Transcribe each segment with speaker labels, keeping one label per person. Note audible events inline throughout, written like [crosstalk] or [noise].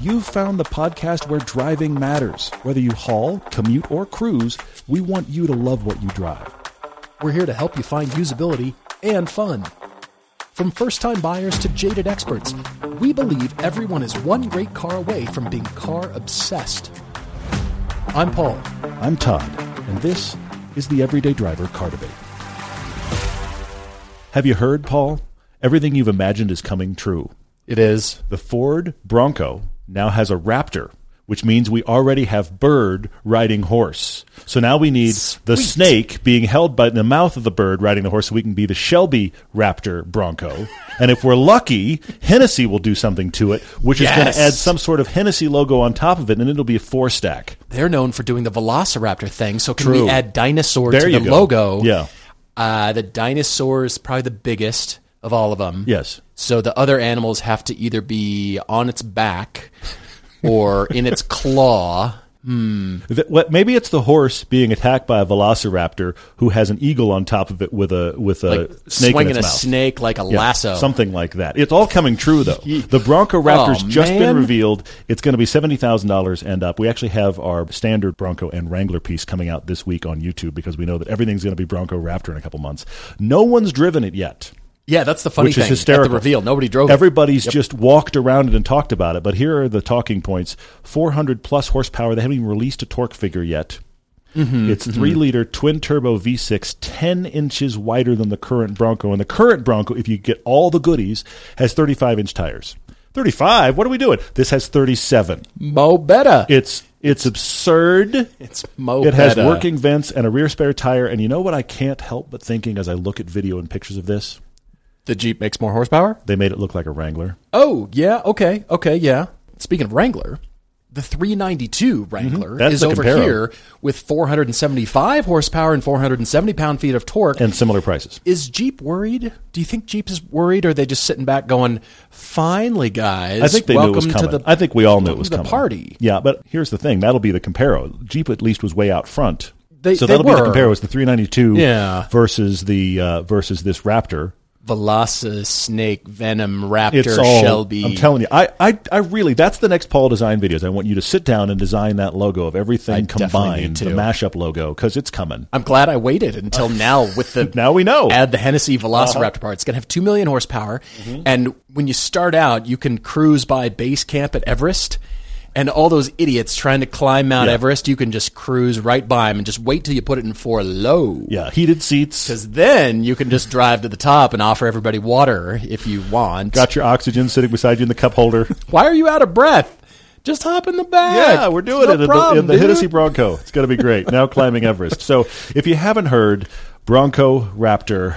Speaker 1: You've found the podcast where driving matters. Whether you haul, commute, or cruise, we want you to love what you drive.
Speaker 2: We're here to help you find usability and fun. From first time buyers to jaded experts, we believe everyone is one great car away from being car obsessed. I'm Paul.
Speaker 1: I'm Todd, and this is the Everyday Driver Car Debate. Have you heard, Paul? Everything you've imagined is coming true.
Speaker 2: It is.
Speaker 1: The Ford Bronco now has a Raptor, which means we already have Bird riding horse. So now we need the
Speaker 2: Sweet.
Speaker 1: snake being held by the mouth of the bird riding the horse so we can be the Shelby Raptor Bronco. and if we're lucky, Hennessy will do something to it, which is going
Speaker 2: Yes.
Speaker 1: to add some sort of Hennessy logo on top of it, and it'll be a four stack.
Speaker 2: They're known for doing the Velociraptor thing, so can
Speaker 1: True.
Speaker 2: we add dinosaur
Speaker 1: There
Speaker 2: to
Speaker 1: you
Speaker 2: the
Speaker 1: go.
Speaker 2: logo?
Speaker 1: Yeah.
Speaker 2: Uh, the dinosaur is probably the biggest of all of them.
Speaker 1: Yes.
Speaker 2: So the other animals have to either be on its back or in its claw.
Speaker 1: Th- what- Maybe it's the horse being attacked by a velociraptor who has an eagle on top of it with a with [laughs] a
Speaker 2: like
Speaker 1: snake in
Speaker 2: swinging
Speaker 1: its
Speaker 2: a
Speaker 1: mouth.
Speaker 2: snake like a
Speaker 1: Yeah,
Speaker 2: lasso.
Speaker 1: something like that. It's all coming true though. The Bronco Raptor's
Speaker 2: Oh,
Speaker 1: just been
Speaker 2: man.
Speaker 1: revealed. It's going to be seventy thousand dollars and up. We actually have our standard Bronco and Wrangler piece coming out this week on YouTube because we know that everything's going to be Bronco Raptor in a couple months. No one's driven it yet.
Speaker 2: Yeah, that's the funny
Speaker 1: which
Speaker 2: thing.
Speaker 1: is hysterical.
Speaker 2: At the reveal, nobody drove it.
Speaker 1: Everybody's just walked around it and talked about it. But here are the talking points: 400 plus horsepower. They haven't even released a torque figure yet. it's 3 liter twin turbo V6, 10 inches wider than the current Bronco. And the current Bronco, if you get all the goodies, has 35 inch tires. 35? What are we doing? This has 37.
Speaker 2: Mo Betta.
Speaker 1: It's it's absurd.
Speaker 2: It's Mo
Speaker 1: It has
Speaker 2: Betta.
Speaker 1: working vents and a rear spare tire. And you know what I can't help but thinking as I look at video and pictures of this?
Speaker 2: The Jeep makes more horsepower.
Speaker 1: They made it look like a Wrangler.
Speaker 2: Oh yeah, okay, okay, yeah. Speaking of Wrangler, the 392 Wrangler
Speaker 1: That's
Speaker 2: is
Speaker 1: the
Speaker 2: over
Speaker 1: Comparo.
Speaker 2: here with 475 horsepower and 470 pound feet of torque.
Speaker 1: And similar prices.
Speaker 2: is Jeep worried? Do you think Jeep is worried, or are they just sitting back going, "Finally, guys,
Speaker 1: I think they
Speaker 2: welcome
Speaker 1: knew it was coming.
Speaker 2: to the
Speaker 1: I think we all knew it
Speaker 2: welcome
Speaker 1: was
Speaker 2: to the
Speaker 1: coming.
Speaker 2: party."
Speaker 1: Yeah, but here's the thing. That'll be the Comparo. Jeep at least was way out front.
Speaker 2: They-
Speaker 1: so
Speaker 2: they
Speaker 1: that'll be the
Speaker 2: were.
Speaker 1: Comparo. It's the 392
Speaker 2: Yeah.
Speaker 1: versus the uh, versus this Raptor.
Speaker 2: Velocis, Snake, Venom, Raptor,
Speaker 1: It's all
Speaker 2: Shelby.
Speaker 1: I'm telling you. I, I I really that's the next Paul design videos. I want you to sit down and design that logo of everything
Speaker 2: definitely
Speaker 1: combined,
Speaker 2: need to.
Speaker 1: the mashup logo cuz it's coming.
Speaker 2: I'm glad I waited until now with the
Speaker 1: Uh, [laughs] Now we know. Uh-huh.
Speaker 2: add the Hennessy Velociraptor part. It's going to have 2 million horsepower.
Speaker 1: Mm-hmm.
Speaker 2: And when you start out, you can cruise by base camp at Everest. And all those idiots trying to climb Mount
Speaker 1: Yeah.
Speaker 2: Everest, you can just cruise right by them and just wait till you put it in for low.
Speaker 1: yeah, heated seats.
Speaker 2: Because then you can just drive to the top and offer everybody water if you want.
Speaker 1: Got your oxygen sitting beside you in the cup holder.
Speaker 2: Why are you out of breath? Just hop in the back.
Speaker 1: Yeah, we're doing
Speaker 2: No
Speaker 1: it in the-
Speaker 2: problem,
Speaker 1: in the,
Speaker 2: dude.
Speaker 1: Hennessy Bronco. It's going to be great. Now climbing Everest. So if you haven't heard, Bronco Raptor,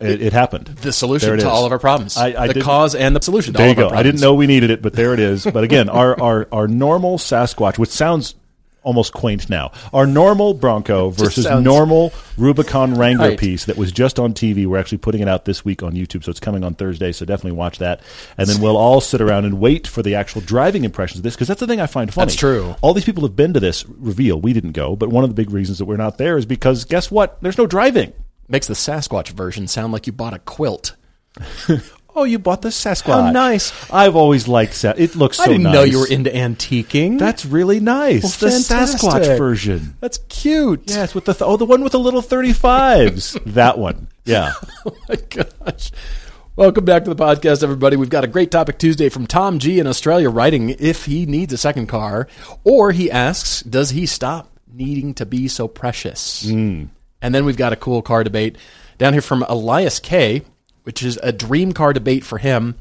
Speaker 1: it, it happened.
Speaker 2: The solution
Speaker 1: There it
Speaker 2: to
Speaker 1: is.
Speaker 2: all of our problems.
Speaker 1: I- I
Speaker 2: the
Speaker 1: didn't-
Speaker 2: cause and the solution to
Speaker 1: There you
Speaker 2: all of our
Speaker 1: go.
Speaker 2: problems.
Speaker 1: I didn't know we needed it, but there it is. But again,
Speaker 2: [laughs]
Speaker 1: our our our normal Sasquatch, which sounds almost quaint now, our normal Bronco versus
Speaker 2: sounds-
Speaker 1: normal Rubicon Wrangler
Speaker 2: Right.
Speaker 1: piece that was just on TV. We're actually putting it out this week on YouTube, so it's coming on Thursday. So definitely watch that, and then we'll all sit around and wait for the actual driving impressions of this because that's the thing I find funny.
Speaker 2: That's true.
Speaker 1: All these people have been to this reveal. We didn't go, but one of the big reasons that we're not there is because guess what? There's no driving.
Speaker 2: Makes the Sasquatch version sound like you bought a quilt.
Speaker 1: [laughs] Oh, you bought the Sasquatch.
Speaker 2: How nice.
Speaker 1: I've always liked that. It looks so
Speaker 2: I didn't
Speaker 1: nice.
Speaker 2: know you were into antiquing.
Speaker 1: That's really nice.
Speaker 2: Well,
Speaker 1: the Sasquatch
Speaker 2: fantastic.
Speaker 1: version.
Speaker 2: that's cute.
Speaker 1: Yes, with the th- oh, the one with the little thirty
Speaker 2: [laughs]
Speaker 1: fives. that one. Yeah.
Speaker 2: Oh my gosh. Welcome back to the podcast, everybody. We've got a great topic Tuesday from Tom G in Australia writing if he needs a second car, or he asks, does he stop needing to be so precious?
Speaker 1: Hmm.
Speaker 2: And then we've got a cool car debate down here from Elias K, which is a dream car debate for him.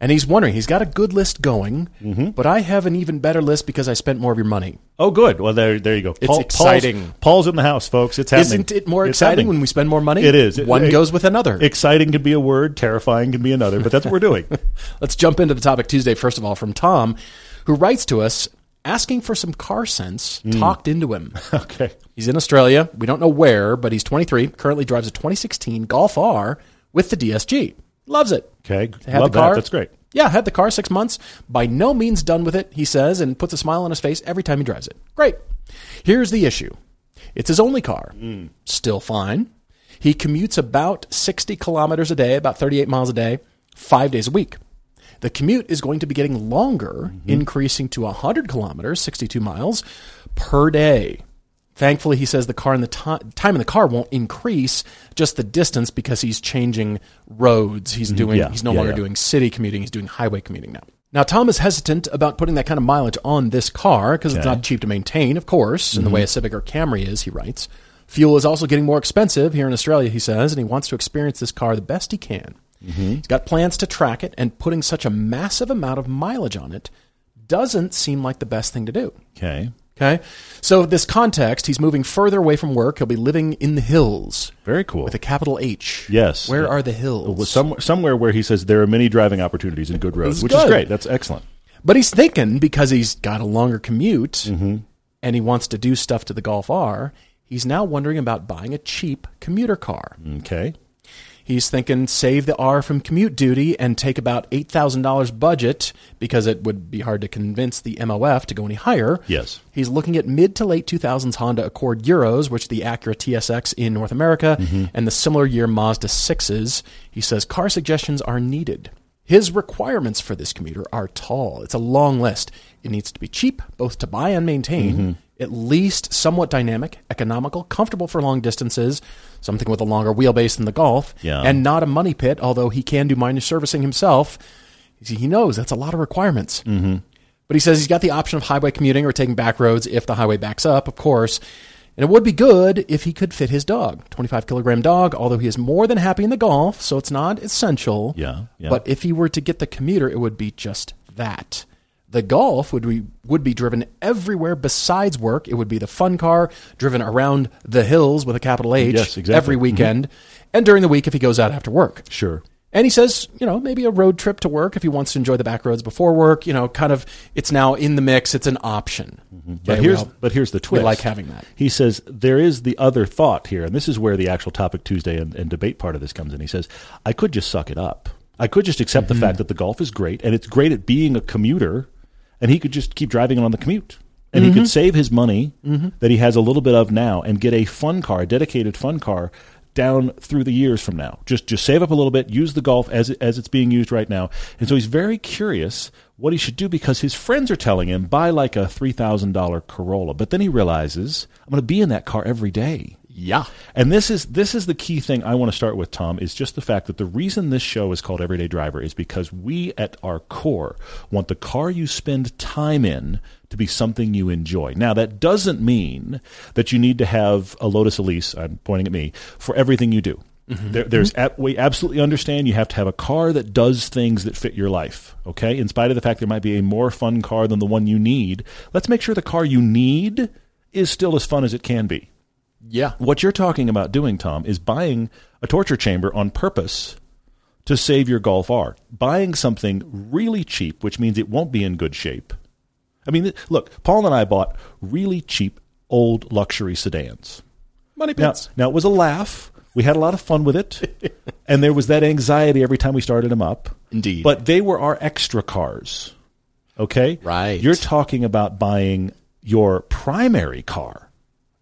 Speaker 2: And he's wondering, he's got a good list going,
Speaker 1: Mm-hmm.
Speaker 2: but I have an even better list because I spent more of your money.
Speaker 1: Oh, good. Well, there, there you go. It's
Speaker 2: exciting.
Speaker 1: Paul's, Paul's in the house, folks. It's happening.
Speaker 2: Isn't it more
Speaker 1: It's
Speaker 2: exciting
Speaker 1: happening.
Speaker 2: when we spend more money?
Speaker 1: It is. It-
Speaker 2: One
Speaker 1: it-
Speaker 2: goes with another.
Speaker 1: Exciting can be a word. Terrifying can be another. But that's what we're
Speaker 2: [laughs]
Speaker 1: doing. [laughs]
Speaker 2: Let's jump into the topic Tuesday, first of all, from Tom, who writes to us asking for some car sense talked into him.
Speaker 1: okay.
Speaker 2: he's in Australia. We don't know where, but he's 23, currently drives a 2016 Golf R with the DSG. Loves it.
Speaker 1: Okay.
Speaker 2: Had
Speaker 1: Love
Speaker 2: the car.
Speaker 1: that. That's great.
Speaker 2: Yeah, had the car six months. By no means done with it, he says, and puts a smile on his face every time he drives it. Great. Here's the issue it's his only car. Still fine. He commutes about 60 kilometers a day, about 38 miles a day, five days a week. The commute is going to be getting longer,
Speaker 1: Mm-hmm.
Speaker 2: increasing to 100 kilometers, 62 miles per day. Thankfully, he says the car and the ti- time in the car won't increase, just the distance because he's changing roads. He's doing
Speaker 1: Mm-hmm. Yeah.
Speaker 2: he's no
Speaker 1: Yeah,
Speaker 2: longer
Speaker 1: yeah.
Speaker 2: doing city commuting, he's doing highway commuting now. Now, Tom is hesitant about putting that kind of mileage on this car because it's not cheap to maintain, of course, in the way a Civic or Camry is, he writes. Fuel is also getting more expensive here in Australia, he says, and he wants to experience this car the best he can. He's got plans to track it, and putting such a massive amount of mileage on it doesn't seem like the best thing to do.
Speaker 1: Okay.
Speaker 2: Okay. So, this context, he's moving further away from work. He'll be living in the hills
Speaker 1: Very cool.
Speaker 2: with a capital H.
Speaker 1: Yes.
Speaker 2: Where
Speaker 1: Yeah.
Speaker 2: are the hills?
Speaker 1: Some, somewhere where he says there are many driving opportunities in good roads,
Speaker 2: That's
Speaker 1: which is
Speaker 2: good.
Speaker 1: great. That's excellent.
Speaker 2: But he's thinking because he's got a longer commute and he wants to do stuff to the Golf R, he's now wondering about buying a cheap commuter car.
Speaker 1: Okay.
Speaker 2: He's thinking save the R from commute duty and take about $8,000 budget because it would be hard to convince the MOF to go any higher.
Speaker 1: Yes.
Speaker 2: He's looking at mid to late 2000s Honda Accord Euros, which are the Acura TSX in North America, and the similar year Mazda 6s. He says car suggestions are needed. His requirements for this commuter are tall. It's a long list. It needs to be cheap, both to buy and maintain, at least somewhat dynamic, economical, comfortable for long distances, something with a longer wheelbase than the Golf,
Speaker 1: Yeah.
Speaker 2: and not a money pit, although he can do minor servicing himself. You see, He knows that's a lot of requirements. Mm-hmm. But he says he's got the option of highway commuting or taking back roads if the highway backs up, of course. And it would be good if he could fit his dog, 25 kilogram dog, although he is more than happy in the golf, so it's not essential.
Speaker 1: Yeah, yeah.
Speaker 2: But if he were to get the commuter, it would be just that. The golf would be, would be driven everywhere besides work. It would be the fun car driven around the hills with a capital H
Speaker 1: Yes, exactly.
Speaker 2: every weekend and during the week if he goes out after work.
Speaker 1: Sure.
Speaker 2: And he says, you know, maybe a road trip to work if he wants to enjoy the back roads before work. You know, kind of, it's now in the mix. It's an option.
Speaker 1: But
Speaker 2: Okay,
Speaker 1: here's
Speaker 2: well,
Speaker 1: but here's the
Speaker 2: we
Speaker 1: twist.
Speaker 2: like having that.
Speaker 1: He says there is the other thought here, and this is where the actual topic Tuesday and, and debate part of this comes in. He says, I could just suck it up. I could just accept
Speaker 2: Mm-hmm.
Speaker 1: the fact that the golf is great and it's great at being a commuter, and he could just keep driving it on the commute. And
Speaker 2: Mm-hmm.
Speaker 1: he could save his money that he has a little bit of now and get a fun car, a dedicated fun car down through the years from now. Just just save up a little bit, use the golf as it, as it's being used right now. And so he's very curious what he should do because his friends are telling him buy like a three thousand dollar Corolla. But then he realizes I'm going to be in that car every day.
Speaker 2: Yeah.
Speaker 1: And this is this is the key thing I want to start with, Tom, is just the fact that the reason this show is called Everyday Driver is because we at our core want the car you spend time in to be something you enjoy. Now that doesn't mean that you need to have a Lotus Elise, I'm pointing at me, for everything you do. There, there's ab- we absolutely understand you have to have a car that does things that fit your life. Okay, in spite of the fact there might be a more fun car than the one you need, let's make sure the car you need is still as fun as it can be
Speaker 2: Yeah.
Speaker 1: what you're talking about doing, Tom, is buying a torture chamber on purpose to save your Golf R. Buying something really cheap, which means it won't be in good shape. I mean, th- look, Paul and I bought really cheap old luxury sedans.
Speaker 2: Money
Speaker 1: Now,
Speaker 2: pits.
Speaker 1: now it was a laugh. We had a lot of fun with
Speaker 2: [laughs]
Speaker 1: it, and there was that anxiety every time we started them up.
Speaker 2: Indeed.
Speaker 1: but they were our extra cars. Okay,
Speaker 2: Right.
Speaker 1: You're talking about buying your primary car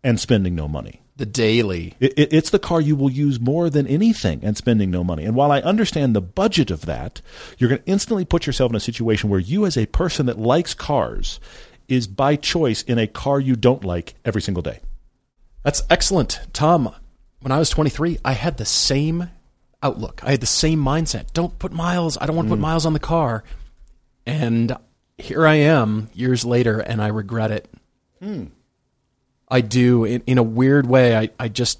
Speaker 1: and spending no money.
Speaker 2: The daily.
Speaker 1: It, it, it's the car you will use more than anything and spending no money. And while I understand the budget of that, you're going to instantly put yourself in a situation where you, as a person that likes cars, is by choice in a car you don't like every single day.
Speaker 2: That's excellent. Tom, when I was 23, I had the same outlook. I had the same mindset. Don't put miles. I don't want to put miles on the car. And here I am years later, and I regret it. I do. In, in a weird way, I, I just,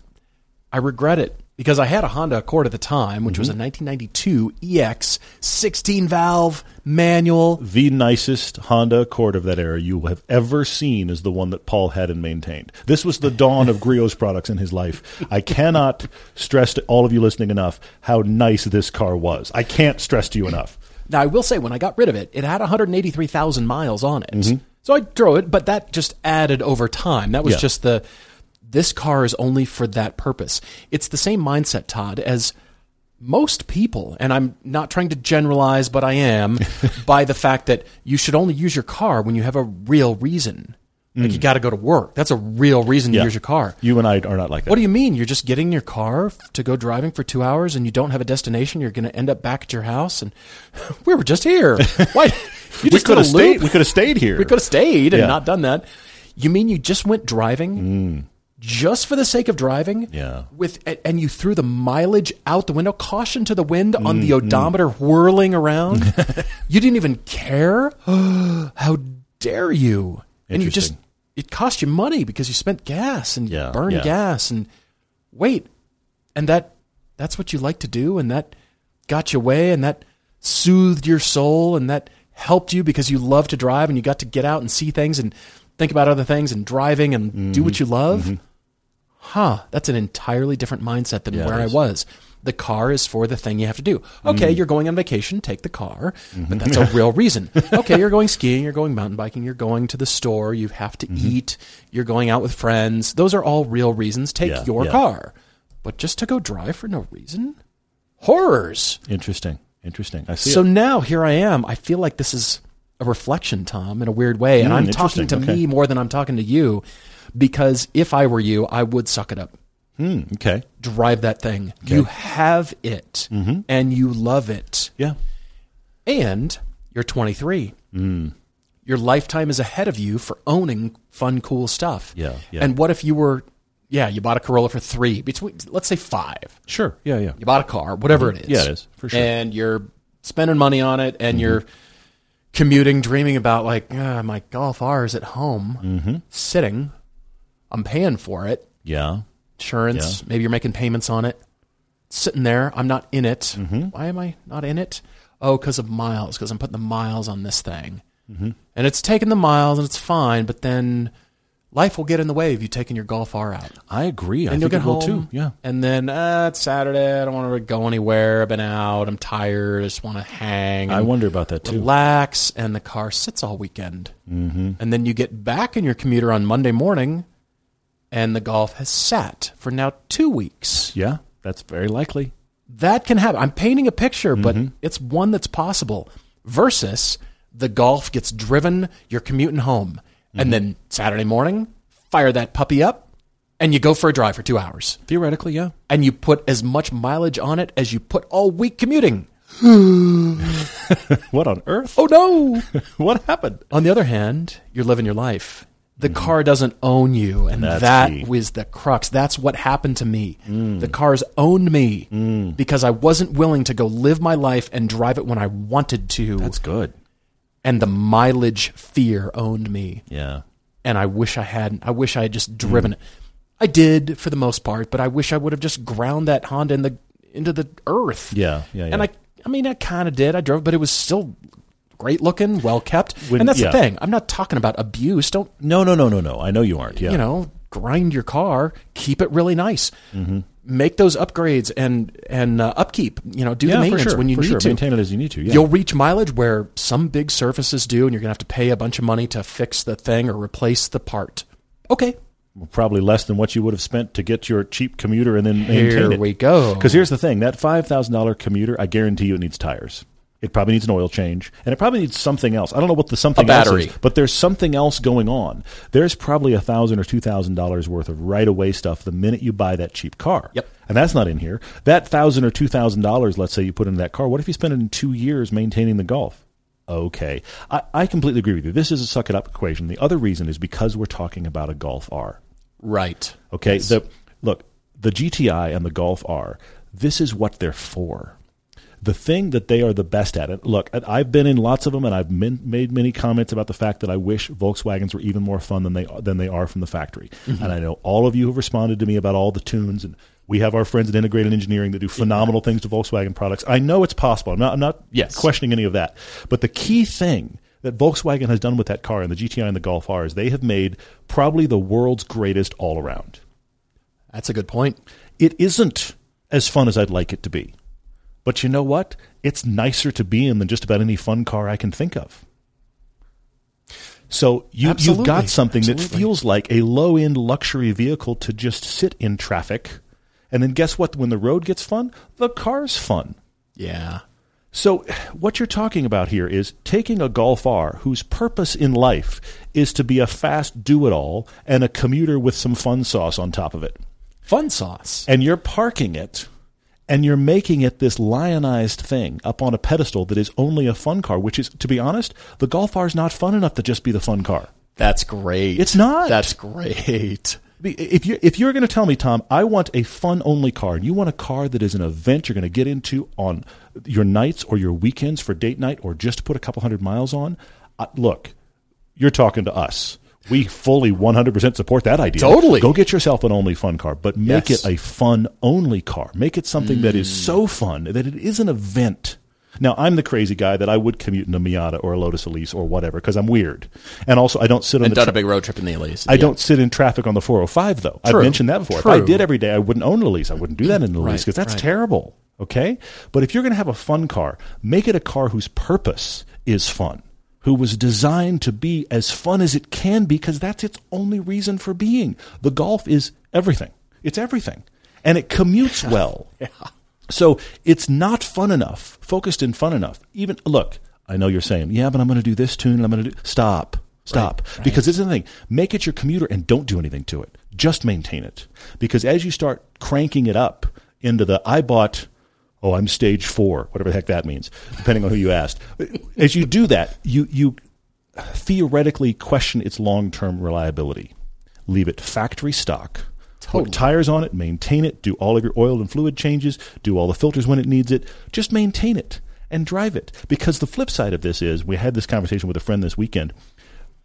Speaker 2: I regret it because I had a Honda Accord at the time, which was a 1992 EX 16 valve manual.
Speaker 1: The nicest Honda Accord of that era you will have ever seen is the one that Paul had and maintained. This was the dawn of Griot's products in his life. I cannot stress to all of you listening enough how nice this car was. I can't stress to you enough.
Speaker 2: Now, I will say, when I got rid of it, it had 183,000 miles on it. So I drove it, but that just added over time. That was
Speaker 1: Mm-hmm. Yeah.
Speaker 2: just the, this car is only for that purpose. It's the same mindset, Todd, as most people, and I'm not trying to
Speaker 1: [laughs]
Speaker 2: generalize, but I am, by the fact that you should only use your car when you have a real reason. Like you got to go to work. That's a real reason to
Speaker 1: Mm. Yeah.
Speaker 2: use your car.
Speaker 1: You and I are not like that.
Speaker 2: What do you mean? You're just getting in your car f- to go driving for two hours and you don't have a destination. You're going to end up back at your house, and [laughs] we were just here.
Speaker 1: [laughs]
Speaker 2: Why? You
Speaker 1: we
Speaker 2: just
Speaker 1: could have
Speaker 2: did a loop.
Speaker 1: stayed. We could have stayed here.
Speaker 2: We could have stayed
Speaker 1: Yeah. Mm.
Speaker 2: and not done that. You mean you just went driving just for the sake of driving?
Speaker 1: Yeah.
Speaker 2: With a- and you threw the mileage out the window, caution to the wind on the
Speaker 1: Mm-hmm.
Speaker 2: odometer
Speaker 1: [laughs]
Speaker 2: whirling around. you didn't even care. [gasps] How dare you? And you just
Speaker 1: Interesting.
Speaker 2: it cost you money because you spent gas and
Speaker 1: Yeah,
Speaker 2: burned
Speaker 1: yeah.
Speaker 2: gas and wait, and that that's what you like to do, and that got you away, and that soothed your soul, and that helped you because you love to drive, and you got to get out and see things and think about other things and driving and do
Speaker 1: Mm-hmm.
Speaker 2: what you love. Huh, that's an entirely different mindset than where
Speaker 1: it
Speaker 2: I
Speaker 1: is. Mm.
Speaker 2: was. The car is for the thing you have to do. Okay, you're going on vacation, take the car,
Speaker 1: Mm-hmm.
Speaker 2: but that's
Speaker 1: [laughs]
Speaker 2: a real reason. Okay, you're going skiing, you're going mountain biking, you're going to the store, you have to
Speaker 1: Mm-hmm.
Speaker 2: eat, you're going out with friends. Those are all real reasons. Take
Speaker 1: Yeah,
Speaker 2: your
Speaker 1: yeah.
Speaker 2: car. But just to go drive for no reason? Horrors.
Speaker 1: Interesting. Interesting. I see.
Speaker 2: So
Speaker 1: it.
Speaker 2: now here I am. I feel like this is a reflection, Tom, in a weird way. And
Speaker 1: Mm,
Speaker 2: I'm talking to
Speaker 1: interesting. Okay.
Speaker 2: me more than I'm talking to you because if I were you, I would suck it up
Speaker 1: Hmm, okay.
Speaker 2: drive that thing. You have it
Speaker 1: Mm-hmm.
Speaker 2: and you love it.
Speaker 1: Yeah.
Speaker 2: And you're 23.
Speaker 1: Mm.
Speaker 2: Your lifetime is ahead of you for owning fun, cool stuff.
Speaker 1: Yeah, yeah.
Speaker 2: And what if you were, yeah, you bought a Corolla for three, between, let's say five.
Speaker 1: Sure. Yeah. Yeah.
Speaker 2: You bought a car, whatever it is.
Speaker 1: Mm-hmm. Yeah, it is, for sure. Mm-hmm.
Speaker 2: And you're spending money on it and you're commuting, dreaming about, like, ah, my Golf R is at home,
Speaker 1: Mm-hmm.
Speaker 2: sitting. I'm paying for it
Speaker 1: Yeah.
Speaker 2: insurance. Maybe you're making payments on it. It's sitting there, I'm not in it.
Speaker 1: Mm-hmm.
Speaker 2: Why am I not in it? Oh, because of miles. Because I'm putting the miles on this thing,
Speaker 1: Mm-hmm.
Speaker 2: and it's taking the miles, and it's fine. But then life will get in the way of you taking your golf R out,
Speaker 1: I agree. I
Speaker 2: and you'll
Speaker 1: think
Speaker 2: get
Speaker 1: it will
Speaker 2: home
Speaker 1: too. Yeah.
Speaker 2: And then uh, it's Saturday. I don't want to go anywhere. I've been out. I'm tired. I just want to hang.
Speaker 1: I
Speaker 2: and
Speaker 1: wonder about that too.
Speaker 2: Relax, and the car sits all weekend. Mm-hmm. And then you get back in your commuter on Monday morning, and the golf has sat for now two weeks.
Speaker 1: Yeah. That's very likely.
Speaker 2: That can happen. I'm painting a picture, but it's one that's possible versus the golf gets driven, you're commuting home, and then Saturday morning, fire that puppy up, and you go for a drive for two hours.
Speaker 1: Theoretically, yeah.
Speaker 2: And you put as much mileage on it as you put all week commuting.
Speaker 1: [laughs] What on earth? [laughs]
Speaker 2: Oh no!
Speaker 1: What happened?
Speaker 2: On the other hand, you're living your life. The car doesn't own you,
Speaker 1: Mm-hmm.
Speaker 2: and
Speaker 1: That's
Speaker 2: that
Speaker 1: key. Mm.
Speaker 2: was the crux. That's what happened to me. The cars owned me because I wasn't willing to go live my life and drive it when I wanted to,
Speaker 1: That's good.
Speaker 2: and the mileage fear owned me.
Speaker 1: Yeah.
Speaker 2: And I wish I hadn't. I wish I had just
Speaker 1: Hmm.
Speaker 2: driven it. I did for the most part, but I wish I would have just ground that Honda in the into the earth.
Speaker 1: Yeah. Yeah. yeah.
Speaker 2: And I, I mean, I kind of did. I drove, but it was still great looking, well kept.
Speaker 1: When-
Speaker 2: and that's
Speaker 1: yeah.
Speaker 2: the thing. I'm not talking about abuse. Don't
Speaker 1: No. No. No. No. No. I know you aren't. Yeah.
Speaker 2: you know grind your car. Keep it really nice.
Speaker 1: Mm-hmm.
Speaker 2: Make those upgrades and and uh, upkeep. You know, do
Speaker 1: yeah.
Speaker 2: the
Speaker 1: for
Speaker 2: maintenance
Speaker 1: sure.
Speaker 2: when you
Speaker 1: for
Speaker 2: need
Speaker 1: sure.
Speaker 2: to.
Speaker 1: Maintain it as you need to. Yeah.
Speaker 2: You'll reach mileage where some big surfaces do, and you're gonna have to pay a bunch of money to fix the thing or replace the part. Okay,
Speaker 1: Probably less than what you would have spent to get your cheap commuter and then maintain it.
Speaker 2: here we go.
Speaker 1: Because here's the thing: that five thousand dollar commuter, I guarantee you, it needs tires. It probably needs an oil change, and it probably needs something else. I don't know what the something
Speaker 2: battery.
Speaker 1: else is, but there's something else going on. There's probably a thousand or two thousand dollars worth of right away stuff the minute you buy that cheap car.
Speaker 2: Yep.
Speaker 1: and that's not in here. That thousand or two thousand dollars, let's say you put into that car, what if you spend it in two years maintaining the Golf? Okay, I, I completely agree with you. This is a suck it up equation. The other reason is because we're talking about a Golf R.
Speaker 2: right.
Speaker 1: Okay. The look, the GTI and the Golf R. This is what they're for. The thing that they are the best at. And look, I- I've been in lots of them, and I've min- made many comments about the fact that I wish Volkswagens were even more fun than they than they are from the factory. And I know all of you have responded to me about all the tunes and. We have our friends at Integrated Engineering that do phenomenal things to Volkswagen products. I know it's possible. I'm not, I'm not
Speaker 2: Yes.
Speaker 1: questioning any of that. But the key thing that Volkswagen has done with that car and the GTI and the Golf R is they have made probably the world's greatest all around
Speaker 2: That's a good point.
Speaker 1: it isn't as fun as I'd like it to be. But you know what? It's nicer to be in than just about any fun car I can think of. So you, you've
Speaker 2: Absolutely.
Speaker 1: got something that
Speaker 2: Absolutely.
Speaker 1: feels like a low end luxury vehicle to just sit in traffic. And then guess what? When the road gets fun, the car's fun.
Speaker 2: Yeah.
Speaker 1: So, what you're talking about here is taking a Golf R whose purpose in life is to be a fast do it all and a commuter with some fun sauce on top of it.
Speaker 2: Fun sauce.
Speaker 1: And you're parking it and you're making it this lionized thing up on a pedestal that is only a fun car, which is, to be honest, the Golf R is not fun enough to just be the fun car.
Speaker 2: That's great.
Speaker 1: It's not.
Speaker 2: That's great.
Speaker 1: Be- If you if you're going to tell me, Tom, I want a fun only car, and you want a car that is an event you're going to get into on your nights or your weekends for date night, or just to put a couple hundred miles on, uh, look, you're talking to us. We fully 100% support that idea.
Speaker 2: Totally.
Speaker 1: Go get yourself an only fun car, but make
Speaker 2: Yes. Mm.
Speaker 1: it a fun only car. Make it something that is so fun that it is an event. Now, I'm the crazy guy that I would commute in a Miata or a Lotus Elise or whatever because I'm weird. And also, I don't sit on
Speaker 2: And
Speaker 1: the
Speaker 2: done
Speaker 1: tra-
Speaker 2: a big road trip in the Elise.
Speaker 1: I don't sit in traffic on the 405, though.
Speaker 2: True.
Speaker 1: I've mentioned that before. If I
Speaker 2: True.
Speaker 1: did every day, I wouldn't own a lease. I wouldn't do that in a lease
Speaker 2: Right,
Speaker 1: because that's
Speaker 2: right.
Speaker 1: terrible. Okay? But if you're going to have a fun car, make it a car whose purpose is fun, who was designed to be as fun as it can be because that's its only reason for being. The Golf is everything, it's everything. And it
Speaker 2: [laughs]
Speaker 1: commutes well. So it's not fun enough, focused and fun enough. Even look, I know you're saying, yeah, but I'm going to do this tune and I'm going to do stop, stop, because this is the thing. Make it your commuter and don't do anything to it. Just maintain it, because as you start cranking it up into the I bought. Oh, I'm stage four, whatever the heck that means, depending on who you asked. As you do that, you, you theoretically question its long term reliability. Leave it factory stock. Put tires on it, maintain it, do all of your oil and fluid changes, do all the filters when it needs it. Just maintain it and drive it. Because the flip side of this is, we had this conversation with a friend this weekend.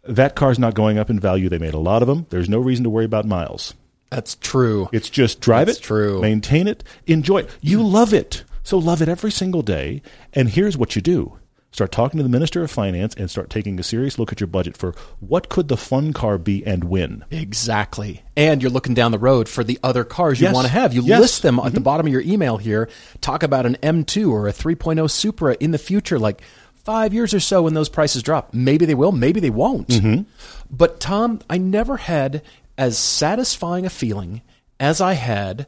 Speaker 1: That car's not going up in value. They made a lot of them. There's no reason to worry about miles.
Speaker 2: That's true.
Speaker 1: It's just drive
Speaker 2: That's
Speaker 1: it,
Speaker 2: true.
Speaker 1: maintain it, enjoy it. You love it. So love it every single day. And here's what you do. Start talking to the Minister of Finance and start taking a serious look at your budget for what could the fun car be and when.
Speaker 2: Exactly. And you're looking down the road for the other cars you
Speaker 1: Yes.
Speaker 2: want to have. You
Speaker 1: Yes. Mm-hmm.
Speaker 2: list them at the bottom of your email here. Talk about an M2 or a 3.0 Supra in the future, like five years or so when those prices drop. Maybe they will, maybe they won't.
Speaker 1: Mm-hmm.
Speaker 2: But, Tom, I never had as satisfying a feeling as I had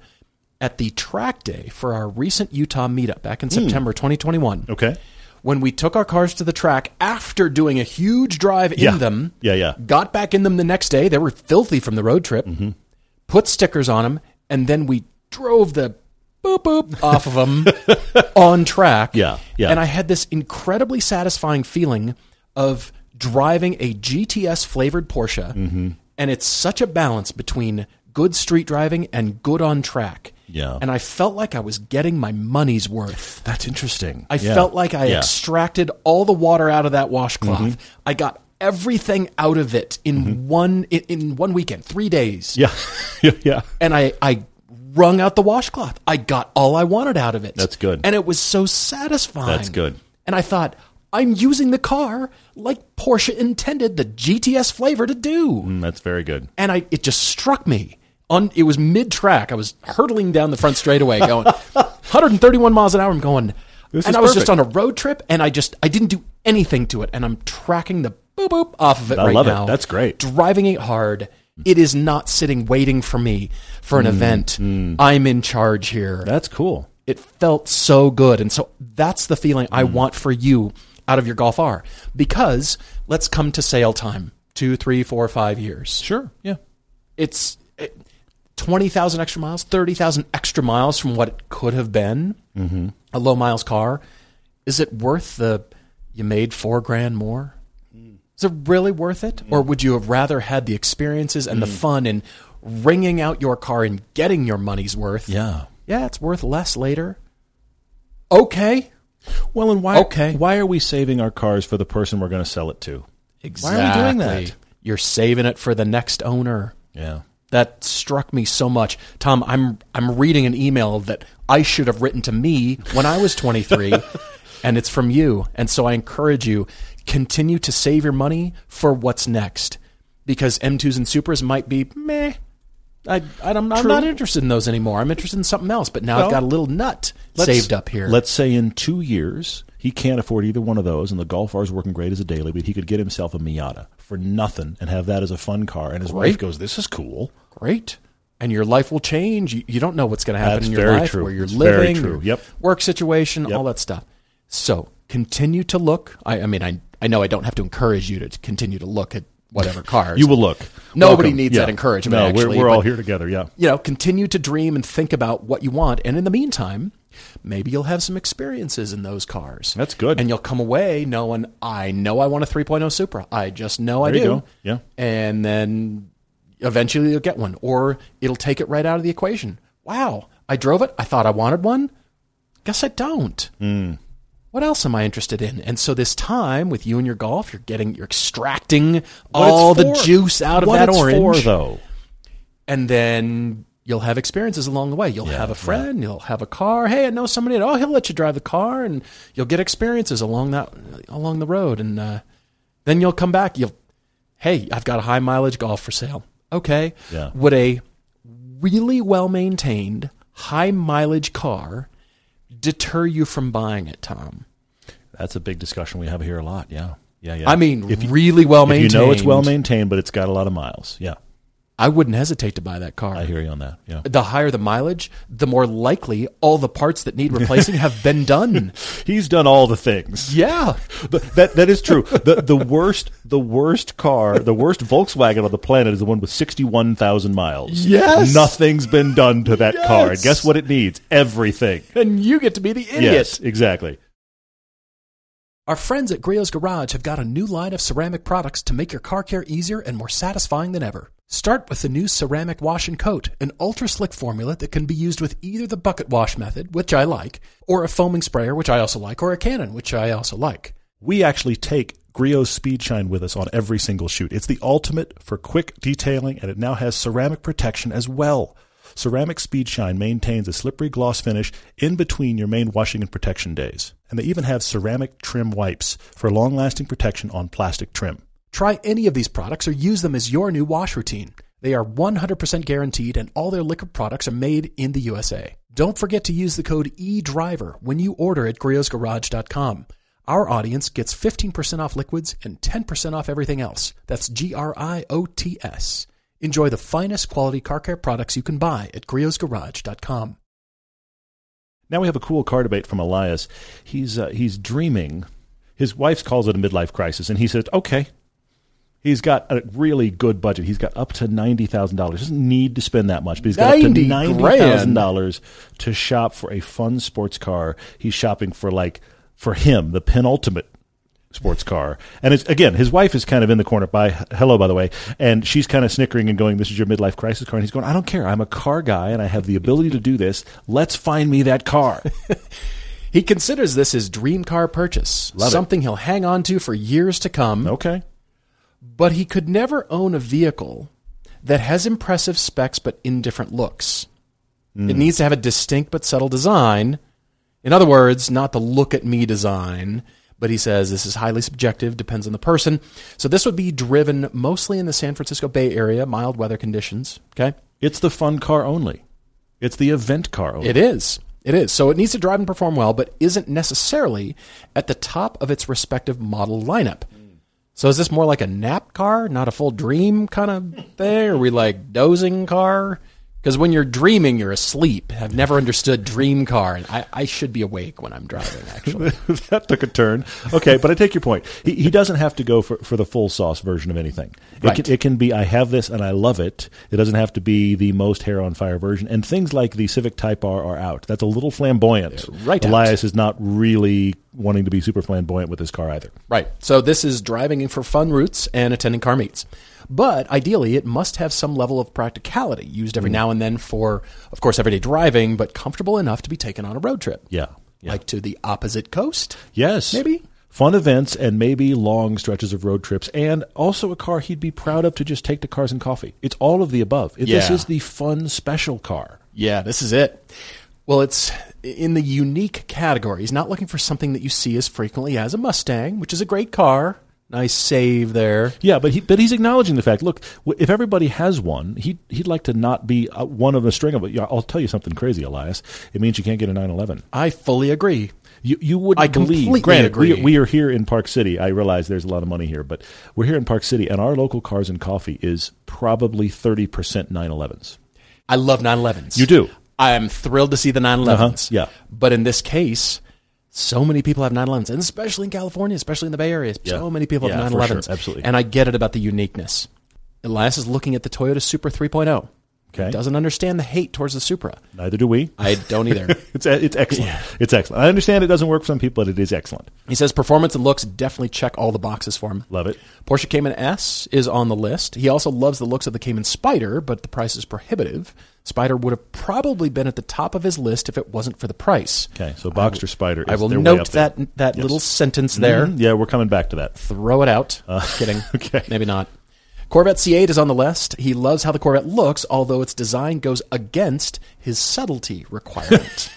Speaker 2: at the track day for our recent Utah meetup back
Speaker 1: Hmm.
Speaker 2: in September 2021.
Speaker 1: Okay.
Speaker 2: When we took our cars to the track after doing a huge drive
Speaker 1: Yeah.
Speaker 2: in them,
Speaker 1: Yeah, yeah. Mm-hmm.
Speaker 2: got back in them the next day. They were filthy from the road trip. Put stickers on them, and then we drove the boop boop off of
Speaker 1: [laughs]
Speaker 2: them on track.
Speaker 1: Yeah, yeah.
Speaker 2: And I had this incredibly satisfying feeling of driving a GTS flavored Porsche,
Speaker 1: Mm-hmm.
Speaker 2: and it's such a balance between good street driving and good on track.
Speaker 1: Yeah.
Speaker 2: And I felt like I was getting my money's worth.
Speaker 1: That's interesting.
Speaker 2: I felt like I
Speaker 1: Yeah. Mm-hmm.
Speaker 2: extracted all the water out of that washcloth. I got everything out of it in one in, in one weekend, three days,
Speaker 1: Yeah. [laughs] yeah. Yeah.
Speaker 2: and I I wrung out the washcloth. I got all I wanted out of it.
Speaker 1: That's good.
Speaker 2: and it was so satisfying.
Speaker 1: That's good.
Speaker 2: And I thought I'm using the car like Porsche intended the GTS flavor to do
Speaker 1: Mm, That's very good.
Speaker 2: and I it just struck me. On it was mid track. I was hurtling down the front
Speaker 1: [laughs]
Speaker 2: straightaway, going 131 miles an hour. I'm going,
Speaker 1: This
Speaker 2: and
Speaker 1: is
Speaker 2: I was
Speaker 1: perfect.
Speaker 2: just on a road trip, and I just I didn't do anything to it, and I'm tracking the boop boop off of it
Speaker 1: I
Speaker 2: right
Speaker 1: love it.
Speaker 2: now.
Speaker 1: That's great.
Speaker 2: Driving it hard. It is not sitting waiting for me for an event.
Speaker 1: Mm-hmm.
Speaker 2: I'm in charge here
Speaker 1: That's cool.
Speaker 2: it felt so good. And so that's the feeling I
Speaker 1: Mm.
Speaker 2: want for you out of your Golf R because let's come to sale time two, three, four, five years.
Speaker 1: Sure. Yeah.
Speaker 2: It's it, 20,000 extra miles, 30,000 extra miles from what it could have been. Mm-hmm. A low miles car. Is it worth the you made four grand more?
Speaker 1: Mm.
Speaker 2: Is it really worth it? Or would you have rather had the experiences and the
Speaker 1: Mm.
Speaker 2: fun and wringing out your car and getting your money's worth?
Speaker 1: Yeah.
Speaker 2: yeah, it's worth less later. Okay.
Speaker 1: Well, and why?
Speaker 2: Okay.
Speaker 1: Why are we saving our cars for the person we're going to sell it to?
Speaker 2: Exactly.
Speaker 1: Why are we doing that?
Speaker 2: You're saving it for the next owner.
Speaker 1: Yeah.
Speaker 2: That struck me so much. Tom, I'm I'm reading an email that I should have written to me when I
Speaker 1: [laughs]
Speaker 2: was 23 and it's from you. And so I encourage you continue to save your money for what's next because M2s and Supras might be meh. I, I am I'm not interested in those anymore. I'm interested in something else, but now I've
Speaker 1: Well,
Speaker 2: got a little nut
Speaker 1: Let's-
Speaker 2: saved up here.
Speaker 1: Let's say in two years he can't afford either one of those, and the Golf R is working great as a daily, but he could get himself a Miata for nothing and have that as a fun car. And his wife
Speaker 2: Great.
Speaker 1: goes, "This is cool."
Speaker 2: great. And your life will change. You, you don't know what's going to happen
Speaker 1: That's
Speaker 2: in your
Speaker 1: very
Speaker 2: life,
Speaker 1: true.
Speaker 2: where you're
Speaker 1: It's very
Speaker 2: living,
Speaker 1: true.
Speaker 2: your
Speaker 1: Yep.
Speaker 2: work situation, all that stuff. So continue to look. I, I mean, I, I know I don't have to encourage you to continue to look at whatever
Speaker 1: [laughs]
Speaker 2: cars.
Speaker 1: You will look.
Speaker 2: Nobody
Speaker 1: Welcome.
Speaker 2: needs
Speaker 1: Yeah.
Speaker 2: that encouragement.
Speaker 1: No,
Speaker 2: actually,
Speaker 1: we're, we're all
Speaker 2: but,
Speaker 1: here together. Yeah.
Speaker 2: You know, continue to dream and think about what you want, and in the meantime, maybe you'll have some experiences in those cars.
Speaker 1: That's good.
Speaker 2: and you'll come away knowing I know I want a 3.0 Supra. I just know I
Speaker 1: There you
Speaker 2: do.
Speaker 1: go. Yeah.
Speaker 2: and then eventually you'll get one, or it'll take it right out of the equation. Wow, I drove it. I thought I wanted one. Guess I don't
Speaker 1: Hmm.
Speaker 2: what else am I interested in? And so this time with you and your golf, you're getting you're extracting
Speaker 1: What it's
Speaker 2: all the
Speaker 1: for-
Speaker 2: juice out of
Speaker 1: what
Speaker 2: that
Speaker 1: it's
Speaker 2: orange,
Speaker 1: For, though.
Speaker 2: and then you'll have experiences along the way. You'll have a friend, you'll have a car. Hey, I know somebody. Oh, he'll let you drive the car, and you'll get experiences along that along the road, and uh, then you'll come back. You'll, hey, I've got a high mileage golf for sale. Okay,
Speaker 1: Yeah.
Speaker 2: would a really well maintained high mileage car deter you from buying it, Tom?
Speaker 1: That's a big discussion we have here a lot. Yeah. Yeah. Yeah.
Speaker 2: I mean, really well
Speaker 1: if you
Speaker 2: maintained.
Speaker 1: know it's well maintained, but it's got a lot of miles. Yeah.
Speaker 2: I wouldn't hesitate to buy that car.
Speaker 1: I hear you on that. Yeah.
Speaker 2: the higher the mileage, the more likely all the parts that need replacing have been done.
Speaker 1: He's done all the things.
Speaker 2: Yeah.
Speaker 1: But that that is true. The the worst the worst car, the worst Volkswagen on the planet is the one with 61,000 miles.
Speaker 2: Yes.
Speaker 1: Nothing's been done to that car.
Speaker 2: Yes.
Speaker 1: Guess what it needs? Everything.
Speaker 2: And you get to be the idiot.
Speaker 1: Yes, exactly.
Speaker 2: Our friends at Griot's Garage have got a new line of ceramic products to make your car care easier and more satisfying than ever. Start with the new ceramic wash and coat, an ultra slick formula that can be used with either the bucket wash method, which I like, or a foaming sprayer, which I also like, or a cannon, which I also like.
Speaker 1: We actually take Griot's Speed Shine with us on every single shoot. It's the ultimate for quick detailing, and it now has ceramic protection as well. Ceramic Speed Shine maintains a slippery gloss finish in between your main washing and protection days. And they even have ceramic trim wipes for long lasting protection on plastic trim.
Speaker 2: Try any of these products or use them as your new wash routine. They are 100% guaranteed and all their liquid products are made in the USA. Don't forget to use the code EDRIVER when you order at griotsgarage.com. Our audience gets 15% off liquids and 10% off everything else. That's G R I O T S. Enjoy the finest quality car care products you can buy at griotsgarage.com.
Speaker 1: Now we have a cool car debate from Elias. He's uh, he's dreaming. His wife calls it a midlife crisis, and he says, "Okay." He's got a really good budget. He's got up to ninety thousand dollars. Doesn't need to spend that much, but he's got up to
Speaker 2: 90
Speaker 1: ninety thousand
Speaker 2: grand.
Speaker 1: dollars to shop for a fun sports car. He's shopping for like for him the penultimate sports car. And it's again, his wife is kind of in the corner. By hello, by the way, and she's kind of snickering and going, "This is your midlife crisis car." And he's going, "I don't care. I'm a car guy, and I have the ability to do this. Let's find me that car."
Speaker 2: He considers this his dream car purchase,
Speaker 1: Love it.
Speaker 2: something he'll hang on to for years to come.
Speaker 1: Okay.
Speaker 2: but he could never own a vehicle that has impressive specs but indifferent looks. It needs to have a distinct but subtle design. In other words, not the look at me design, but he says this is highly subjective, depends on the person. So this would be driven mostly in the San Francisco Bay Area, mild weather conditions, okay?
Speaker 1: It's the fun car only. It's the event car only.
Speaker 2: It is. It is. So it needs to drive and perform well, but isn't necessarily at the top of its respective model lineup. So is this more like a nap car, not a full dream kind of thing? Are we like dozing car? Because when you're dreaming, you're asleep. I've never understood dream car, and I, I should be awake when I'm driving. Actually, [laughs]
Speaker 1: [laughs] that took a turn. Okay, but I take your point. He, he doesn't have to go for, for the full sauce version of anything. It,
Speaker 2: Right.
Speaker 1: can, it can be, I have this and I love it. It doesn't have to be the most hair on fire version. And things like the Civic Type R are out. That's a little flamboyant.
Speaker 2: right out.
Speaker 1: Elias is not really wanting to be super flamboyant with his car either.
Speaker 2: right. So this is driving in for fun routes and attending car meets. But ideally, it must have some level of practicality, used every now and then for, of course, everyday driving, but comfortable enough to be taken on a road trip.
Speaker 1: Yeah. yeah.
Speaker 2: like to the opposite coast.
Speaker 1: yes.
Speaker 2: maybe?
Speaker 1: Fun events and maybe long stretches of road trips, and also a car he'd be proud of to just take to cars and coffee. It's all of the above. It- This
Speaker 2: Yeah.
Speaker 1: is the fun special car.
Speaker 2: Yeah, this is it. Well, it's in the unique category. He's not looking for something that you see as frequently as a Mustang, which is a great car. Nice save there.
Speaker 1: Yeah, but he but he's acknowledging the fact. Look, w- if everybody has one, he he'd like to not be uh, one of a string of it. Yeah, I'll tell you something crazy, Elias. It means you can't get a 911.
Speaker 2: I fully agree.
Speaker 1: You you wouldn't
Speaker 2: I completely
Speaker 1: believe. Granted, We,
Speaker 2: agree.
Speaker 1: we are here in Park City. I realize there's a lot of money here, but we're here in Park City, and our local cars and coffee is probably 30 percent 911s.
Speaker 2: I love 911s.
Speaker 1: You do.
Speaker 2: I am thrilled to see the 911s.
Speaker 1: Uh-huh, yeah.
Speaker 2: But in this case, So many people have 911s, and especially in California, especially in the Bay Area,
Speaker 1: Yeah.
Speaker 2: so many people
Speaker 1: Yeah,
Speaker 2: have
Speaker 1: for
Speaker 2: 911s.
Speaker 1: sure. Absolutely.
Speaker 2: And I get it about the uniqueness. Elias is looking at the Toyota Supra 3.0.
Speaker 1: Okay.
Speaker 2: Doesn't understand the hate towards the Supra.
Speaker 1: Neither do we.
Speaker 2: I
Speaker 1: [laughs]
Speaker 2: don't either.
Speaker 1: It's uh, it's excellent. It's excellent. I understand it doesn't work for some people, but it is excellent.
Speaker 2: he says performance and looks definitely check all the boxes for him.
Speaker 1: Love it.
Speaker 2: Porsche Cayman S is on the list. He also loves the looks of the Cayman Spider, but the price is prohibitive. Spider would have probably been at the top of his list if it wasn't for the price.
Speaker 1: Okay, so Boxster Spider. Is,
Speaker 2: I will
Speaker 1: they're way
Speaker 2: note
Speaker 1: up there.
Speaker 2: that that little sentence there.
Speaker 1: Mhm. Yeah, we're coming back to that.
Speaker 2: Throw it out. Kidding.
Speaker 1: Uh, [laughs] okay.
Speaker 2: Maybe not. Corvette C8 is on the list. He loves how the Corvette looks, although its design goes against his subtlety
Speaker 1: [laughs]
Speaker 2: requirement.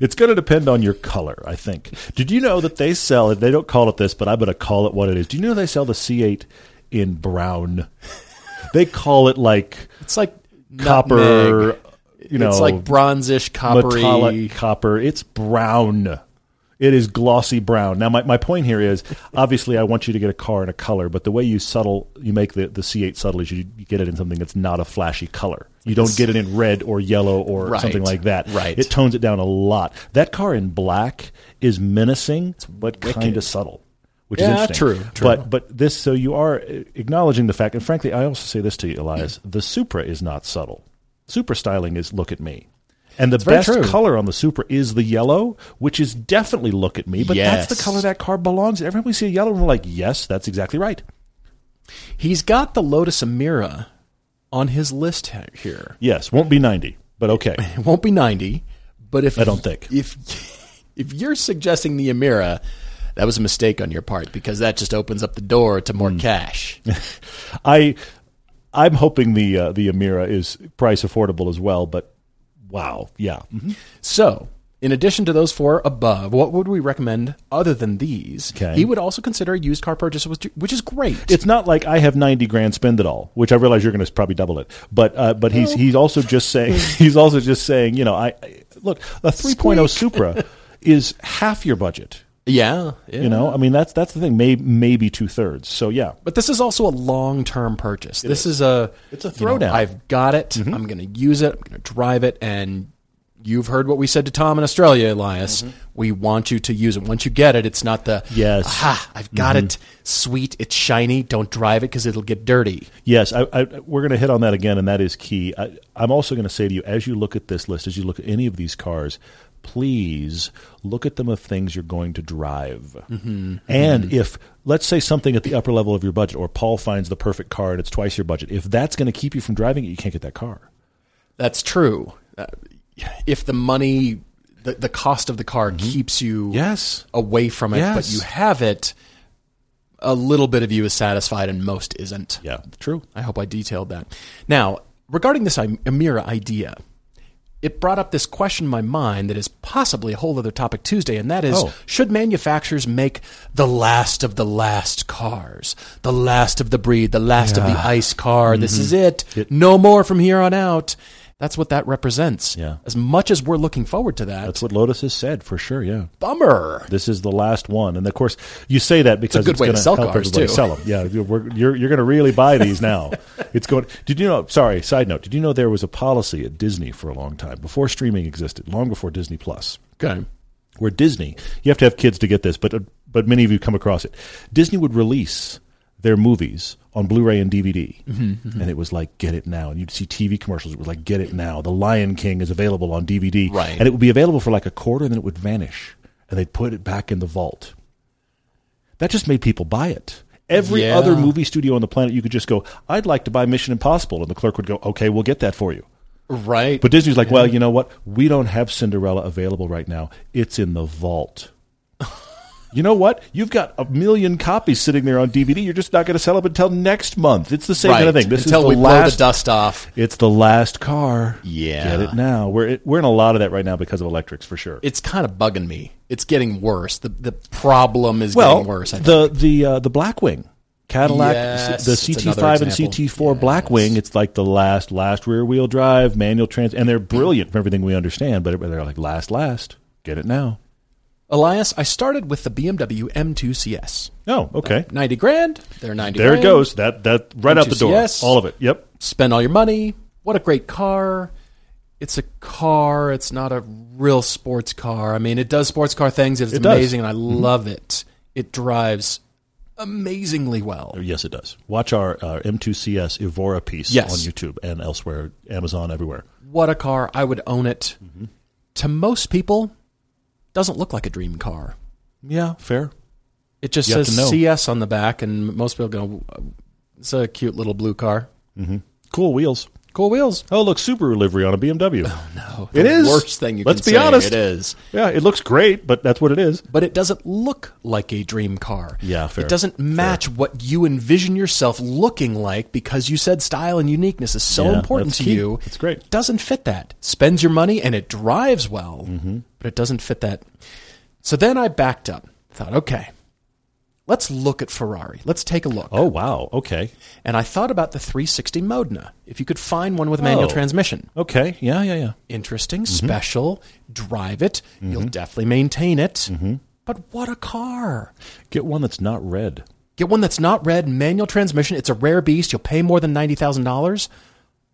Speaker 1: It's going to depend on your color, I think. Did you know that they sell it? They don't call it this, but I'm going to call it what it is. Do you know they sell the C8 in brown? [laughs] they call it like
Speaker 2: it's like nutmeg.
Speaker 1: copper, you know,
Speaker 2: it's like bronzish, coppery.
Speaker 1: metallic copper. It's brown. It is glossy brown. Now, my, my point here is obviously I want you to get a car in a color, but the way you subtle you make the, the C8 subtle is you, you get it in something that's not a flashy color. You don't get it in red or yellow or
Speaker 2: Right.
Speaker 1: something like that.
Speaker 2: Right.
Speaker 1: It tones it down a lot. That car in black is menacing, but kind of subtle. Which
Speaker 2: Yeah,
Speaker 1: is interesting.
Speaker 2: true, true.
Speaker 1: But but this so you are uh, acknowledging the fact, and frankly, I also say this to you,
Speaker 2: [clears throat]
Speaker 1: Elias. The Supra is not subtle. Supra styling is look at me, and the
Speaker 2: very
Speaker 1: best
Speaker 2: true.
Speaker 1: color on the Supra is the yellow, which is definitely look at me. But that's
Speaker 2: Yes.
Speaker 1: the color that car belongs. in. Every time we see a yellow, we're like, yes, that's exactly right.
Speaker 2: He's got the Lotus Amira on his list he- here.
Speaker 1: Yes, won't be ninety, but
Speaker 2: [laughs]
Speaker 1: okay. [laughs]
Speaker 2: It won't be 90, but if
Speaker 1: I don't think.
Speaker 2: if if [laughs] you're suggesting the Amira, that was a mistake on your part because that just opens up the door to
Speaker 1: Hmm.
Speaker 2: more cash.
Speaker 1: I I'm hoping the uh, the Amira is price affordable as well. But wow, yeah, Mhm.
Speaker 2: So, in addition to those four above, what would we recommend other than these?
Speaker 1: Okay.
Speaker 2: He would also consider a used car purchase, which, which is great.
Speaker 1: it's not like I have ninety grand spend it all, which I realize you're going to probably double it. But uh, but he's he's also just saying he's also just saying you know I, I look a 3.0 Supra is half your budget.
Speaker 2: yeah, yeah.
Speaker 1: You know, I mean that's that's the thing. May, maybe two thirds. So yeah,
Speaker 2: But this is also a long term purchase. this is, a
Speaker 1: It's a
Speaker 2: you know,
Speaker 1: throwdown. Mm-hmm.
Speaker 2: I've got it. I'm going to use it. I'm going to drive it. And you've heard what we said to Tom in Australia, Elias. We want you to use it. Once you get it, it's not the
Speaker 1: Mm-hmm. Yes. Mm-hmm.
Speaker 2: Aha, I've got it. Sweet, it's shiny. Don't drive it because it'll get dirty.
Speaker 1: yes, I, I, we're going to hit on that again, and that is key. I, I'm also going to say to you, as you look at this list, as you look at any of these cars, please look at them of things you're going to drive. And if let's say something at the upper level of your budget, or Paul finds the perfect car and it's twice your budget, if that's going to keep you from driving it, you can't get that car.
Speaker 2: That's true. Uh, if the money, the, the cost of the car keeps you
Speaker 1: Yes.
Speaker 2: away from it, but
Speaker 1: Mm-hmm. Yes.
Speaker 2: you have it, a little bit of you is satisfied and most isn't.
Speaker 1: Yeah, true.
Speaker 2: I hope I detailed that. Now, regarding this Am- Amira idea, it brought up this question in my mind that is possibly a whole other topic Tuesday, and that is
Speaker 1: Oh.
Speaker 2: should manufacturers make the last of the last cars, the last of the breed, the last of the ice car?
Speaker 1: Mm-hmm.
Speaker 2: This is it. No more from here on out. That's what that represents.
Speaker 1: Yeah.
Speaker 2: As much as we're looking forward to that,
Speaker 1: That's what Lotus has said for sure. Yeah.
Speaker 2: bummer.
Speaker 1: This is the last one, and of course, you say that because
Speaker 2: good
Speaker 1: it's
Speaker 2: way to
Speaker 1: going
Speaker 2: sell
Speaker 1: help
Speaker 2: cars,
Speaker 1: everybody
Speaker 2: too.
Speaker 1: sell them. Yeah, you're- we're- you're you're going to really buy these
Speaker 2: [laughs]
Speaker 1: now. it's going. Did you know? Sorry, side note. Did you know there was a policy at Disney for a long time before streaming existed, long before Disney Plus,
Speaker 2: Okay.
Speaker 1: where Disney you have to have kids to get this, but but many of you come across it. Disney would release their movies on Blu-ray and DVD,
Speaker 2: Mm-hmm,
Speaker 1: and it was like get it now, and you'd see TV commercials. It was like get it now. The Lion King is available on DVD,
Speaker 2: Right.
Speaker 1: And it would be available for like a quarter, and then it would vanish, and they'd put it back in the vault. That just made people buy it. Every
Speaker 2: Yeah.
Speaker 1: other movie studio on the planet, you could just go, I'd like to buy Mission Impossible. And the clerk would go, okay, we'll get that for you.
Speaker 2: Right.
Speaker 1: But Disney's like, well, you know what? We don't have Cinderella available right now. It's in the
Speaker 2: [laughs]
Speaker 1: vault. you know what? You've got a million copies sitting there on DVD. You're just not going to sell them until next month. It's the same
Speaker 2: right.
Speaker 1: kind of thing. This
Speaker 2: Until
Speaker 1: is the
Speaker 2: we blow the
Speaker 1: last.
Speaker 2: dust off.
Speaker 1: it's the last car.
Speaker 2: Yeah.
Speaker 1: get it now. We're we're in a lot of that right now because of electrics for sure.
Speaker 2: it's kind of bugging me. It's getting worse. The the problem is
Speaker 1: well,
Speaker 2: getting worse. I think.
Speaker 1: the the uh, the Blackwing. Cadillac,
Speaker 2: Yes,
Speaker 1: the
Speaker 2: it's another
Speaker 1: CT5 and
Speaker 2: example.
Speaker 1: CT4 Blackwing, it's like the last, last rear wheel drive, manual trans, and they're brilliant from everything we understand, but they're like last, last, get it now.
Speaker 2: Elias, I started with the BMW M2 CS.
Speaker 1: Oh, okay.
Speaker 2: Ninety grand. They're ninety.
Speaker 1: There it
Speaker 2: grand.
Speaker 1: goes. That that right out the door.
Speaker 2: MTCS.
Speaker 1: All of it. Yep.
Speaker 2: Spend all your money. What a great car. it's a car. It's not a real sports car. I mean, it does sports car things. It's
Speaker 1: It does. Mm-hmm.
Speaker 2: amazing, and I love it. It drives amazingly well.
Speaker 1: Oh, Yes, it does. Watch our uh, M2CS Evora piece
Speaker 2: Yes.
Speaker 1: on YouTube and elsewhere, Amazon, everywhere.
Speaker 2: What a car! I would own it.
Speaker 1: Mm-hmm.
Speaker 2: To most people, doesn't look like a dream car.
Speaker 1: Yeah, fair.
Speaker 2: It just
Speaker 1: You have
Speaker 2: says
Speaker 1: to know.
Speaker 2: CS on the back, and most people go, "It's a cute little blue car,
Speaker 1: Cool wheels.
Speaker 2: cool wheels."
Speaker 1: Oh, look, Subaru livery on a BMW.
Speaker 2: Oh, No,
Speaker 1: It
Speaker 2: the
Speaker 1: is.
Speaker 2: worst thing you.
Speaker 1: Let's
Speaker 2: can
Speaker 1: be
Speaker 2: say,
Speaker 1: honest.
Speaker 2: It is.
Speaker 1: Yeah, it looks great, but that's what it is.
Speaker 2: but it doesn't look like a dream car.
Speaker 1: Yeah, fair.
Speaker 2: It doesn't match what you envision yourself looking like because you said style and uniqueness is so
Speaker 1: Yeah,
Speaker 2: important
Speaker 1: that's
Speaker 2: to
Speaker 1: key.
Speaker 2: you.
Speaker 1: That's great.
Speaker 2: It doesn't fit that. Spends your money and it drives well,
Speaker 1: Mm-hmm.
Speaker 2: but it doesn't fit that. So then I backed up. Thought, okay, let's look at Ferrari. Let's take a look.
Speaker 1: Oh, wow. Okay.
Speaker 2: And I thought about the 360 Modena. If you could find one with a manual
Speaker 1: Oh. Mm-hmm.
Speaker 2: transmission,
Speaker 1: Okay. Yeah, yeah, yeah.
Speaker 2: interesting, special. Drive it. You'll
Speaker 1: Mm-hmm.
Speaker 2: definitely maintain it. But what a car!
Speaker 1: Get one that's not red.
Speaker 2: Get one that's not red, manual transmission. It's a rare beast. You'll pay more than $90,000.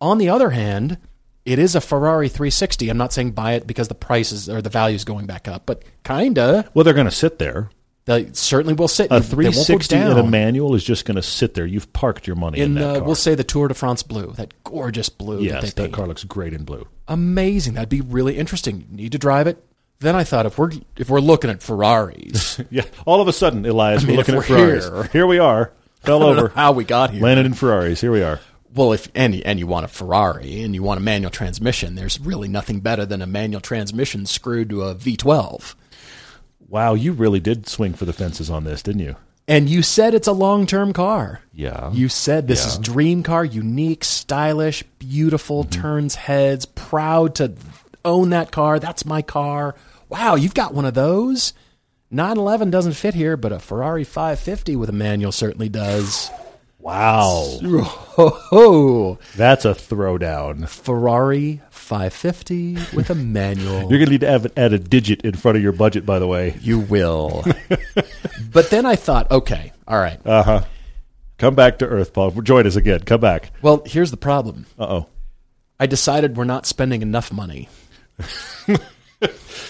Speaker 2: On the other hand, it is a Ferrari 360. I'm not saying buy it because the price is or the value is going back up, but kinda.
Speaker 1: Well, they're going to sit there.
Speaker 2: They certainly will sit.
Speaker 1: A
Speaker 2: they won't go
Speaker 1: 360 and a
Speaker 2: down.
Speaker 1: manual is just going to sit there. You've parked your money in,
Speaker 2: in,
Speaker 1: that
Speaker 2: uh,
Speaker 1: car.
Speaker 2: we'll say the Tour de France blue, that gorgeous blue that they
Speaker 1: yes, that
Speaker 2: paint.
Speaker 1: car looks great in blue. [laughs]
Speaker 2: Amazing. That'd be really interesting. You need to drive it. Then I thought if we're if we're looking at
Speaker 1: [laughs]
Speaker 2: Ferraris,
Speaker 1: Yeah. All of a sudden, Elias,
Speaker 2: mean,
Speaker 1: we're looking
Speaker 2: if
Speaker 1: at
Speaker 2: we're
Speaker 1: Ferraris.
Speaker 2: here-
Speaker 1: we are.
Speaker 2: [laughs]
Speaker 1: Fell
Speaker 2: I don't know
Speaker 1: over.
Speaker 2: how we got here.
Speaker 1: Landed in Ferraris. Here we are.
Speaker 2: Well, if and and you want a Ferrari and you want a manual transmission, there's really nothing better than a manual transmission screwed to a V12.
Speaker 1: Wow, you really did swing for the fences on this, didn't you?
Speaker 2: And you said it's a long-term car.
Speaker 1: Yeah. Mm-hmm.
Speaker 2: You said this is dream car, unique, stylish, beautiful, turns heads, proud to own that car. That's my car. Wow, you've got one of those. 911 doesn't fit here, but a Ferrari 550 with a manual certainly does.
Speaker 1: [laughs] Wow.
Speaker 2: Oh,
Speaker 1: That's a throwdown.
Speaker 2: Ferrari 550 with a manual.
Speaker 1: [laughs] You're going to need to have, add a digit in front of your budget, by the way.
Speaker 2: You will. but then I thought, okay, all right.
Speaker 1: Uh, Come back to Earth, Paul. Join us again. Come back.
Speaker 2: well, here's the problem.
Speaker 1: Uh oh.
Speaker 2: I decided we're not spending enough money.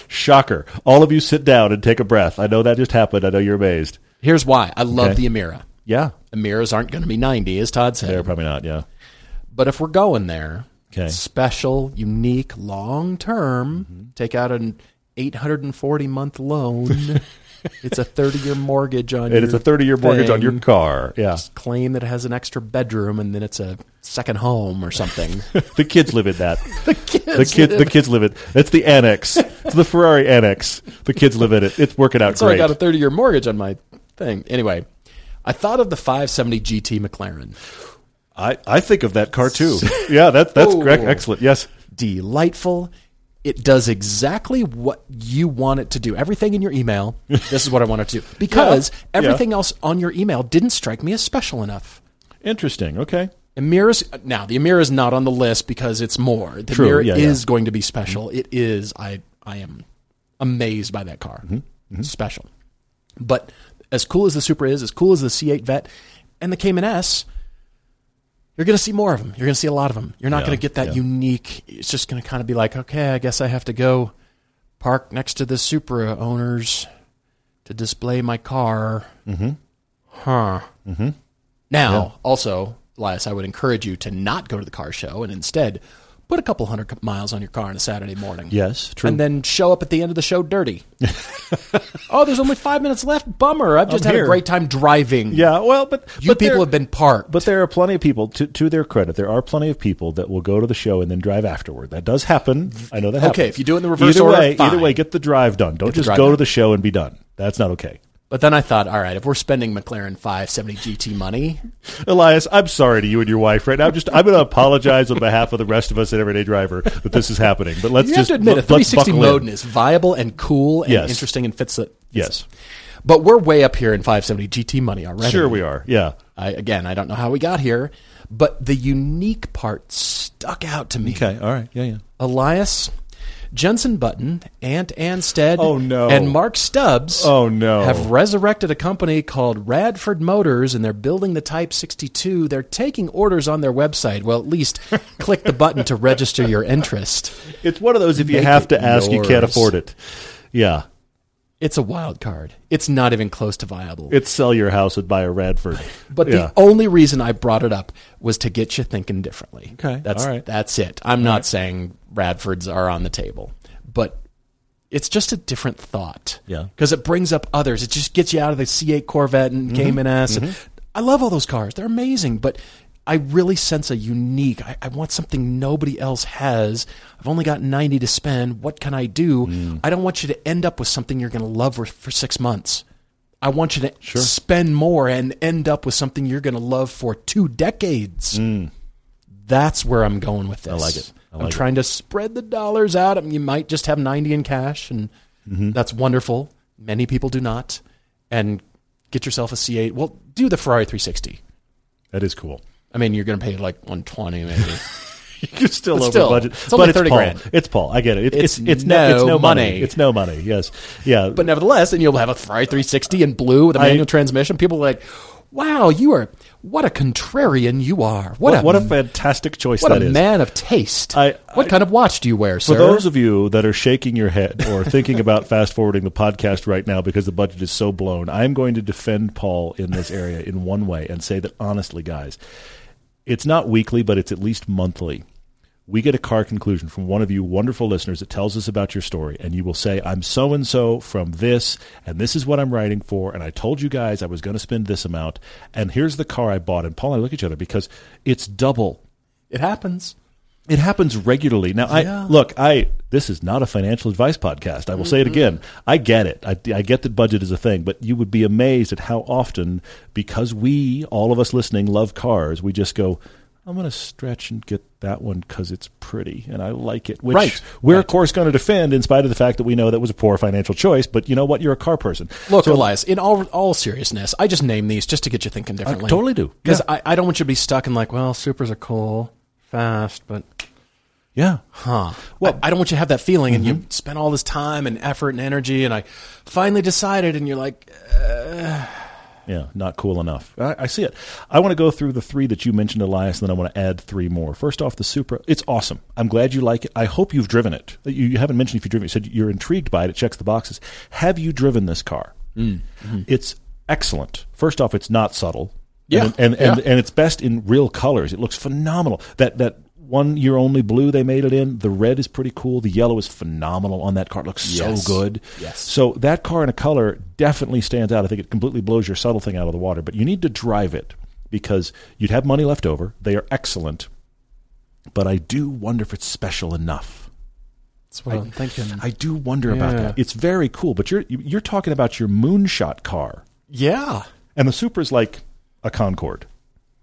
Speaker 1: Shocker. All of you sit down and take a breath. I know that just happened. I know you're amazed.
Speaker 2: Here's why. I love
Speaker 1: Okay.
Speaker 2: the Amira.
Speaker 1: Yeah.
Speaker 2: Amiras aren't going to be 90, as Todd said.
Speaker 1: They're probably not. Yeah.
Speaker 2: But if we're going there,
Speaker 1: Okay.
Speaker 2: special, unique, long term, take out an 840
Speaker 1: [laughs]
Speaker 2: month loan. it's a 30 year mortgage on
Speaker 1: And it's a 30 year mortgage on your
Speaker 2: thing.
Speaker 1: car. [laughs] Yeah.
Speaker 2: claim that it has an extra bedroom and then it's a second home or
Speaker 1: [laughs]
Speaker 2: something. [laughs]
Speaker 1: The kids live in [laughs] that. the kids. The kids. The kids live it. It's the annex. It's the Ferrari annex. The kids live in it. It's working out
Speaker 2: So I
Speaker 1: great.
Speaker 2: got a 30 year mortgage on my thing. Anyway, I thought of the 570 GT McLaren.
Speaker 1: I, I think of that car too. [laughs] Yeah, that, that's
Speaker 2: Oh.
Speaker 1: correct. Excellent. Yes.
Speaker 2: Delightful. It does exactly what you want it to do. Everything in your email, this is what I want it to do. Because
Speaker 1: [laughs] Yeah.
Speaker 2: everything else on your email didn't strike me as special enough.
Speaker 1: Interesting. Okay.
Speaker 2: Amira's now the Amira is not on the list because it's more. The
Speaker 1: True,
Speaker 2: Amira
Speaker 1: yeah, Mm-hmm.
Speaker 2: is going to be special. It is. I I am amazed by that car.
Speaker 1: Mm-hmm.
Speaker 2: Special, but as cool as the Supra is, as cool as the C8 Vet and the Cayman S, you're going to see more of them. You're going to see a lot of them. You're not
Speaker 1: Yeah,
Speaker 2: going to get that
Speaker 1: yeah.
Speaker 2: unique. It's just going to kind of be like, okay, I guess I have to go park next to the Supra owners to display my car. Mm-hmm. Huh.
Speaker 1: Mm-hmm.
Speaker 2: Now, also, Elias, I would encourage you to not go to the car show and instead put a couple hundred miles on your car on a Saturday morning.
Speaker 1: Yes. True.
Speaker 2: And then show up at the end of the
Speaker 1: [laughs]
Speaker 2: show dirty. oh, there's only five minutes left. Bummer. I've just
Speaker 1: I'm
Speaker 2: had
Speaker 1: here.
Speaker 2: a great time driving.
Speaker 1: yeah. Well, but
Speaker 2: You
Speaker 1: but
Speaker 2: people
Speaker 1: there-
Speaker 2: have been parked.
Speaker 1: But there are plenty of people, to, to their credit, there are plenty of people that will go to the show and then drive afterward. That does happen. I know that happens.
Speaker 2: Okay, if you do it in the reverse
Speaker 1: either
Speaker 2: order,
Speaker 1: way,
Speaker 2: fine.
Speaker 1: either way, get the drive done. Don't just
Speaker 2: drive
Speaker 1: go to
Speaker 2: done.
Speaker 1: the show and be done. That's not okay.
Speaker 2: But then I thought, all right, if we're spending McLaren 570 GT money,
Speaker 1: Elias, I'm sorry to you and your wife right now. Just I'm going to apologize on behalf of the rest of us at Everyday Driver that this is happening. But let's
Speaker 2: you have
Speaker 1: just
Speaker 2: to admit a
Speaker 1: let, let's
Speaker 2: 360
Speaker 1: buckle in.
Speaker 2: mode is viable and cool and
Speaker 1: Yes.
Speaker 2: interesting and fits it.
Speaker 1: Yes,
Speaker 2: But we're way up here in 570 GT money already.
Speaker 1: sure we are. Yeah.
Speaker 2: I, again, I don't know how we got here, but the unique part stuck out to me.
Speaker 1: Okay. All right. Yeah. Yeah.
Speaker 2: Elias, Jensen Button, Ant Anstead,
Speaker 1: Oh, no.
Speaker 2: and Mark Stubbs
Speaker 1: Oh, no.
Speaker 2: have resurrected a company called Radford Motors and they're building the Type 62. They're taking orders on their website. Well, at least [laughs] click the button to register your interest.
Speaker 1: It's one of those if you
Speaker 2: Make
Speaker 1: have
Speaker 2: it
Speaker 1: to ask, you can't
Speaker 2: yours.
Speaker 1: afford it. Yeah.
Speaker 2: It's a wild card. It's not even close to viable.
Speaker 1: It's sell your house and buy a Radford.
Speaker 2: But
Speaker 1: yeah.
Speaker 2: the only reason I brought it up was to get you thinking differently.
Speaker 1: Okay,
Speaker 2: That's
Speaker 1: all right.
Speaker 2: that's it. I'm not saying Radfords are on the table, but it's just a different thought.
Speaker 1: Yeah.
Speaker 2: Because it brings up others. It just gets you out of the C8 Corvette and Cayman S. And I love all those cars. They're amazing, but I really sense a unique. I, I want something nobody else has. I've only got 90 to spend. What can I do? I don't want you to end up with something you're going to love for, for six months. I want you to spend more and end up with something you're going to love for two decades. That's where I'm going with this. I
Speaker 1: like it. I
Speaker 2: am
Speaker 1: like it.
Speaker 2: trying to spread the dollars out. I mean, you might just have 90 in cash, and
Speaker 1: Mm-hmm.
Speaker 2: that's wonderful. Many people do not. And get yourself a C8. Well, do the Ferrari 360.
Speaker 1: that is cool.
Speaker 2: I mean, you're going to pay like
Speaker 1: [laughs]
Speaker 2: 120 maybe.
Speaker 1: You're still
Speaker 2: But
Speaker 1: over
Speaker 2: still,
Speaker 1: budget.
Speaker 2: it's only
Speaker 1: but
Speaker 2: 30
Speaker 1: Paul.
Speaker 2: grand.
Speaker 1: It's Paul. I get it. It-
Speaker 2: It's
Speaker 1: it's, it's, no, it's
Speaker 2: no
Speaker 1: no money.
Speaker 2: money.
Speaker 1: It's no money. Yes. Yeah.
Speaker 2: but nevertheless, then you'll have a Ferrari 360 in blue with a manual transmission. People are like, wow, you are, what a contrarian you are.
Speaker 1: what,
Speaker 2: What, a,
Speaker 1: what a fantastic choice
Speaker 2: what
Speaker 1: that
Speaker 2: a
Speaker 1: is.
Speaker 2: man of taste.
Speaker 1: I-
Speaker 2: what kind of watch do you wear, sir?
Speaker 1: For those of you that are shaking your head or thinking about [laughs] fast forwarding the podcast right now because the budget is so blown, I'm going to defend Paul in this area in one way and say that honestly, guys, it's not weekly, but it's at least monthly. We get a car conclusion from one of you wonderful listeners that tells us about your story, and you will say, I'm so and so from this, and this is what I'm writing for, and I told you guys I was going to spend this amount, and here's the car I bought. And Paul and I look at each other because it's double
Speaker 2: it happens.
Speaker 1: it happens regularly. Now, I
Speaker 2: Yeah.
Speaker 1: look. I this is not a financial advice podcast. I will say it again. I get it. I, I get that budget is a thing, but you would be amazed at how often, because we all of us listening love cars, we just go. I'm going to stretch and get that one because it's pretty and I like it. Which
Speaker 2: Right.
Speaker 1: we're of course going to defend, in spite of the fact that we know that was a poor financial choice. But you know what? You're a car person.
Speaker 2: Look, Elias, in all all seriousness, I just name these just to get you thinking differently.
Speaker 1: totally do.
Speaker 2: Because
Speaker 1: Yeah.
Speaker 2: I, I don't want you to be stuck in like, well, supers are cool, fast, but
Speaker 1: Yeah.
Speaker 2: huh. Well, I, I don't want you to have that feeling and
Speaker 1: Mm-hmm.
Speaker 2: you spent all this time and effort and energy and I finally decided and you're like,
Speaker 1: Yeah, not cool enough. I, I see it. I want to go through the three that you mentioned, Elias, and then I want to add three more. First off, the Supra. It's awesome. I'm glad you like it. I hope you've driven it. You, you haven't mentioned if you've driven it. You said you're intrigued by it. It checks the boxes. Have you driven this car?
Speaker 2: Mm, mm-hmm.
Speaker 1: It's excellent. First off, it's not subtle.
Speaker 2: Yeah,
Speaker 1: And, and, and,
Speaker 2: yeah.
Speaker 1: and it's best in real colors. It looks phenomenal. That, that one year only blue they made it in, the red is pretty cool. The yellow is phenomenal on that car. It looks
Speaker 2: Yes.
Speaker 1: so good.
Speaker 2: Yes.
Speaker 1: So that car in a color definitely stands out. I think it completely blows your subtle thing out of the water. But you need to drive it because you'd have money left over. They are excellent, but I do wonder if it's special enough.
Speaker 2: that's what I, am thinking.
Speaker 1: I do wonder about
Speaker 2: Yeah.
Speaker 1: that. It's very cool, but you're you're talking about your moonshot car,
Speaker 2: yeah.
Speaker 1: and the Supra's like a Concorde.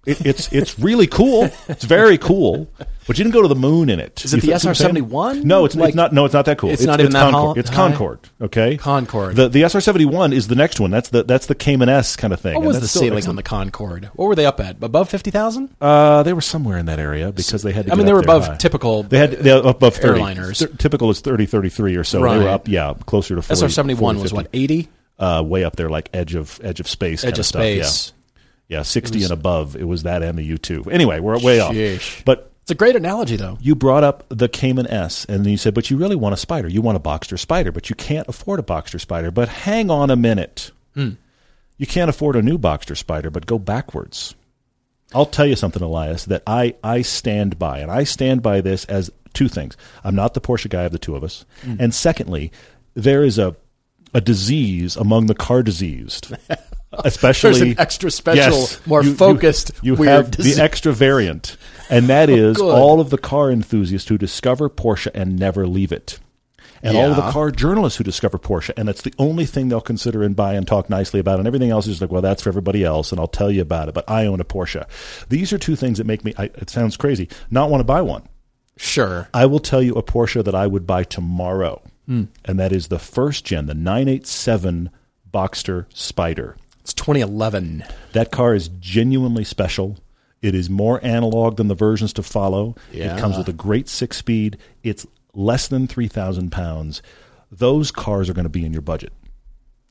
Speaker 1: It, it's it's really cool. It's very cool, but you didn't go to the moon in it.
Speaker 2: Is it
Speaker 1: You
Speaker 2: the
Speaker 1: feel- see what I'm saying?
Speaker 2: SR-71?
Speaker 1: No, it's,
Speaker 2: Like-
Speaker 1: it's not. No, it's not that cool.
Speaker 2: It's not even that
Speaker 1: Concorde.
Speaker 2: hol-
Speaker 1: It's
Speaker 2: high?
Speaker 1: Concorde. Okay,
Speaker 2: Concorde.
Speaker 1: The the SR seventy one is the next one. That's the that's the Cayman S kind of thing.
Speaker 2: What
Speaker 1: And
Speaker 2: was
Speaker 1: that's
Speaker 2: the
Speaker 1: still
Speaker 2: ceiling
Speaker 1: excellent.
Speaker 2: on the Concorde? What were they up at? Above 50,000?
Speaker 1: Uh, they were somewhere in that area because they had. To
Speaker 2: I
Speaker 1: get up
Speaker 2: mean, they were
Speaker 1: there
Speaker 2: above
Speaker 1: high.
Speaker 2: typical
Speaker 1: They had they were above 30.
Speaker 2: Airliners.
Speaker 1: Th- typical is 30, 33 or so. They
Speaker 2: Right.
Speaker 1: were up, yeah, closer to 40,
Speaker 2: SR 71 was
Speaker 1: 40,
Speaker 2: what, 80?
Speaker 1: Uh, way up there, like edge of edge of space,
Speaker 2: Edge
Speaker 1: kind
Speaker 2: of
Speaker 1: stuff,
Speaker 2: space.
Speaker 1: Yeah, yeah, sixty and above. It was that and the U two. Anyway, we're way
Speaker 2: Sheesh.
Speaker 1: off. But
Speaker 2: It's a great analogy, though.
Speaker 1: you brought up the Cayman S, and then you said, but you really want a spider. You want a Boxster spider, but you can't afford a Boxster spider. But hang on a minute.
Speaker 2: Hmm.
Speaker 1: You can't afford a new Boxster spider, but go backwards. I'll tell you something, Elias, that I, I stand by. And I stand by this as two things. I'm not the Porsche guy of the two of us.
Speaker 2: Hmm.
Speaker 1: And secondly, there is a, a disease among the car
Speaker 2: [laughs]
Speaker 1: diseased. Especially
Speaker 2: There's an extra special, more focused,
Speaker 1: You,
Speaker 2: weird
Speaker 1: have
Speaker 2: disease.
Speaker 1: the extra variant, and
Speaker 2: [laughs]
Speaker 1: that is
Speaker 2: good.
Speaker 1: all of the car enthusiasts who discover Porsche and never leave it. And all of the
Speaker 2: Yeah.
Speaker 1: car journalists who discover Porsche, and it's the only thing they'll consider and buy and talk nicely about, and everything else is like, well, that's for everybody else, and I'll tell you about it. But I own a Porsche. These are two things that make me. I, it sounds crazy, not want to buy one.
Speaker 2: [laughs] Sure.
Speaker 1: I will tell you a Porsche that I would buy tomorrow,
Speaker 2: Hmm.
Speaker 1: and that is the first gen, the 987 Boxster Spider.
Speaker 2: It's 2011.
Speaker 1: That car is genuinely special. It is more analog than the versions to follow.
Speaker 2: Yeah.
Speaker 1: It comes with a great six speed. It's less than 3,000 pounds, those cars are going to be in your budget.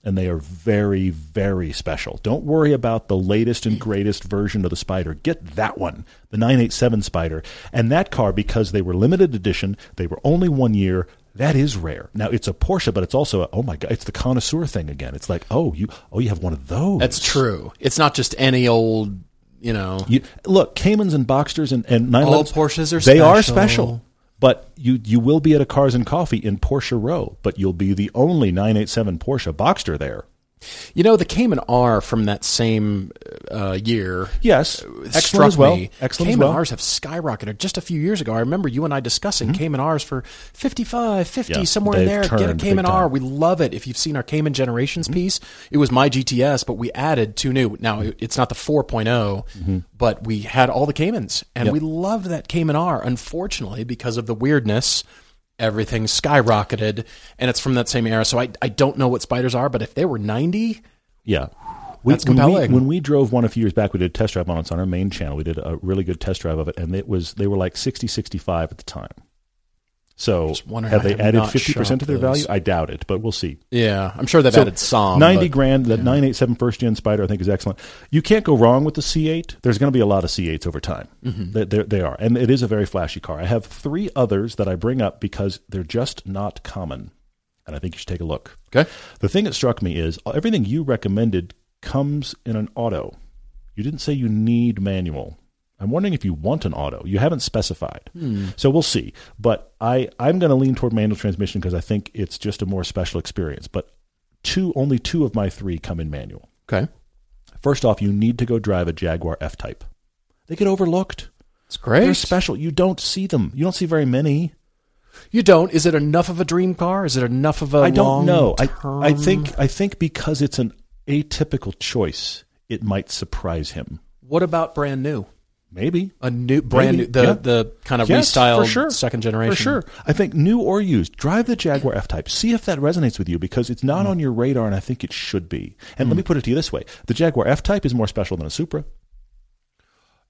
Speaker 1: And they are very, very special. Don't worry about the latest and greatest version of the Spider. Get that one, the 987 Spider. And that car, because they were limited edition, they were only one year, that is rare. Now, it's a Porsche, but it's also, a, oh my God, it's the connoisseur thing again. It's like, oh, you, oh, you have one of those.
Speaker 2: That's true. It's not just any old, you know.
Speaker 1: You, look, Caymans and Boxsters and, and 911s.
Speaker 2: All Porsches are
Speaker 1: They are
Speaker 2: special.
Speaker 1: special. But you, you will be at a Cars and Coffee in Porsche Row, but you'll be the only 987 Porsche Boxster there.
Speaker 2: You know, the Cayman R from that same uh, year
Speaker 1: Yes.
Speaker 2: struck
Speaker 1: Excellent as well.
Speaker 2: me.
Speaker 1: Excellent as
Speaker 2: Cayman
Speaker 1: well. Mm-hmm.
Speaker 2: R's have skyrocketed just a few years ago. I remember you and I discussing Cayman R's for 55, 50,
Speaker 1: Yeah,
Speaker 2: somewhere in
Speaker 1: they've
Speaker 2: there. Get a
Speaker 1: turned big
Speaker 2: Cayman R.
Speaker 1: time. Mm-hmm.
Speaker 2: We love it. If you've seen our Cayman Generations piece, it was my GTS, but we added two new. Now, it- it's not the 4.0,
Speaker 1: Mm-hmm.
Speaker 2: but we had all the Caymans, and we loved that Cayman R. Unfortunately, because of the weirdness, everything skyrocketed, and it's from that same era. So I, I don't know what spiders are, but if they were 90,
Speaker 1: Yeah. We,
Speaker 2: That's
Speaker 1: when we-
Speaker 2: compelling.
Speaker 1: When we, drove one a few years back, we did a test drive on it. It's on our main channel. We did a really good test drive of it, and it was they were like 60, 65 at the time. So
Speaker 2: wondering,
Speaker 1: have
Speaker 2: I
Speaker 1: they
Speaker 2: have
Speaker 1: added
Speaker 2: not
Speaker 1: 50% to their
Speaker 2: shopped
Speaker 1: value?
Speaker 2: those.
Speaker 1: I doubt it, but we'll see.
Speaker 2: yeah, I'm sure they've added some.
Speaker 1: 90
Speaker 2: but-
Speaker 1: grand. The 987 first gen Spider, I think, is excellent. You can't go wrong with the C8. There's going to be a lot of C8s over time. They, they're- they are. And it is a very flashy car. I have three others that I bring up because they're just not common. And I think you should take a look.
Speaker 2: Okay.
Speaker 1: The thing that struck me is uh, everything you recommended comes in an auto. You didn't say you need manual. I'm wondering if you want an auto. You haven't specified. So we'll see. But I, I'm going to lean toward manual transmission because I think it's just a more special experience. But two, only two of my three come in manual.
Speaker 2: Okay.
Speaker 1: First off, you need to go drive a Jaguar F Type. They get overlooked.
Speaker 2: It's great.
Speaker 1: They're special. You don't see them. You don't see very many.
Speaker 2: You don't. Is it enough of a dream car? Is it enough of a
Speaker 1: I don't
Speaker 2: long
Speaker 1: know. I,
Speaker 2: term-
Speaker 1: I think I think because it's an atypical choice, it might surprise him.
Speaker 2: What about brand new?
Speaker 1: Maybe.
Speaker 2: A new brand
Speaker 1: Maybe,
Speaker 2: new the
Speaker 1: yeah.
Speaker 2: the kind of
Speaker 1: Yes,
Speaker 2: restyled
Speaker 1: for sure.
Speaker 2: second generation.
Speaker 1: For sure. I think new or used, drive the Jaguar F Type. See if that resonates with you because it's
Speaker 2: Mm.
Speaker 1: not on your radar and I think it should be. And let me put it to you this way the Jaguar F Type is more special than a Supra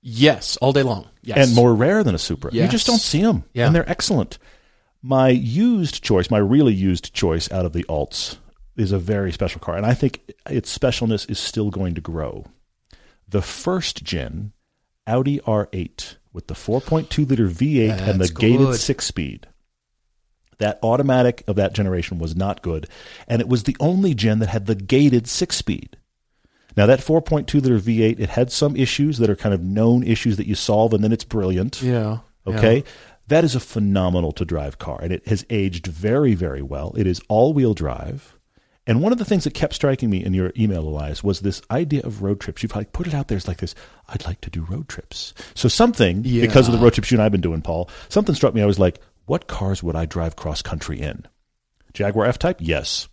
Speaker 2: Yes, all day long. Yes.
Speaker 1: and more rare than a Supra. You
Speaker 2: Yes.
Speaker 1: just don't see them.
Speaker 2: Yeah.
Speaker 1: And they're excellent. My used choice, my really used choice out of the alts is a very special car. And I think its specialness is still going to grow. The first gen Audi R8 with the 4.2 liter V8 and the
Speaker 2: That's
Speaker 1: gated
Speaker 2: good.
Speaker 1: six speed. That automatic of that generation was not good. And it was the only gen that had the gated six speed. Now, that 4.2 liter V8, it had some issues that are kind of known issues that you solve, and then it's brilliant.
Speaker 2: Yeah.
Speaker 1: Okay. That is a phenomenal to drive car, and it has aged very, very well. It is all wheel drive. And one of the things that kept striking me in your email, Elias, was this idea of road trips. You've like put it out there. It's like this I'd like to do road trips. So, something,
Speaker 2: Yeah.
Speaker 1: because of the road trips you and I have been doing, Paul, something struck me. I was like, what cars would I drive cross country in? Jaguar F Type? Yes.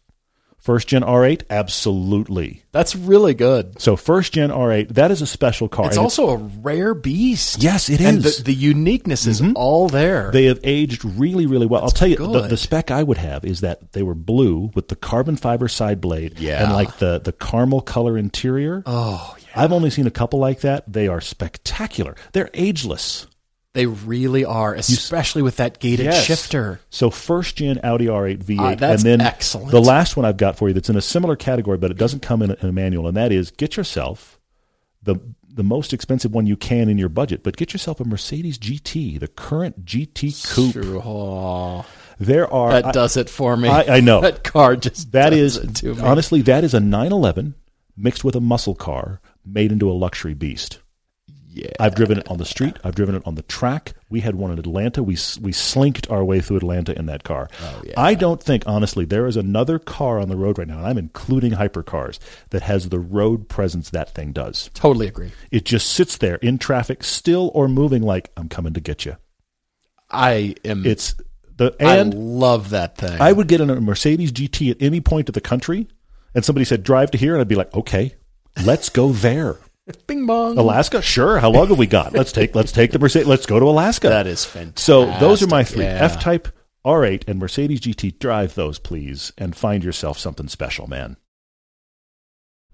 Speaker 1: First gen R8? Absolutely.
Speaker 2: That's really good.
Speaker 1: So, first gen R8, that is a special car.
Speaker 2: It's
Speaker 1: and
Speaker 2: also a rare beast.
Speaker 1: Yes, it
Speaker 2: and
Speaker 1: is. Mm-hmm.
Speaker 2: The, the uniqueness is all there.
Speaker 1: They have aged really, really well. I'll tell you, the,
Speaker 2: good.
Speaker 1: the spec I would have is that they were blue with the carbon fiber side blade
Speaker 2: Yeah.
Speaker 1: and like the, the caramel color interior.
Speaker 2: oh, yeah.
Speaker 1: I've only seen a couple like that. They are spectacular. They're ageless.
Speaker 2: they really are, especially with that gated
Speaker 1: Yes.
Speaker 2: shifter.
Speaker 1: So first gen Audi R8 V8,
Speaker 2: Ah, that's
Speaker 1: and then
Speaker 2: excellent.
Speaker 1: the last one I've got for you that's in a similar category, but it doesn't come in a, in a manual, and that is get yourself the the most expensive one you can in your budget, but get yourself a Mercedes GT, the current GT coupe.
Speaker 2: True. Oh,
Speaker 1: There are
Speaker 2: that
Speaker 1: I-
Speaker 2: does it for me.
Speaker 1: I- I know.
Speaker 2: [laughs] that car just
Speaker 1: That is
Speaker 2: does it to me.
Speaker 1: honestly that is a 911 mixed with a muscle car made into a luxury beast.
Speaker 2: yeah.
Speaker 1: I've driven it on the street. I've driven it on the track. We had one in Atlanta. We s- we slinked our way through Atlanta in that car.
Speaker 2: Oh,
Speaker 1: I don't think honestly there is another car on the road right now, and I'm including hypercars that has the road presence that thing does.
Speaker 2: Totally agree.
Speaker 1: It just sits there in traffic, still or moving, like I'm coming to get you.
Speaker 2: I am.
Speaker 1: It's the and
Speaker 2: Mm. I love that thing.
Speaker 1: I would get in a Mercedes GT at any point of the country, and somebody said, drive to here, and I'd be like, okay, let's go
Speaker 2: [laughs]
Speaker 1: there.
Speaker 2: Bing bong.
Speaker 1: Alaska? Sure. How long have we got? Let's take let's take the Mercedes. Let's go to Alaska.
Speaker 2: That is fantastic.
Speaker 1: so those are my three:
Speaker 2: Yeah.
Speaker 1: F Type, R eight, and Mercedes GT. Drive those, please, and find yourself something special, man.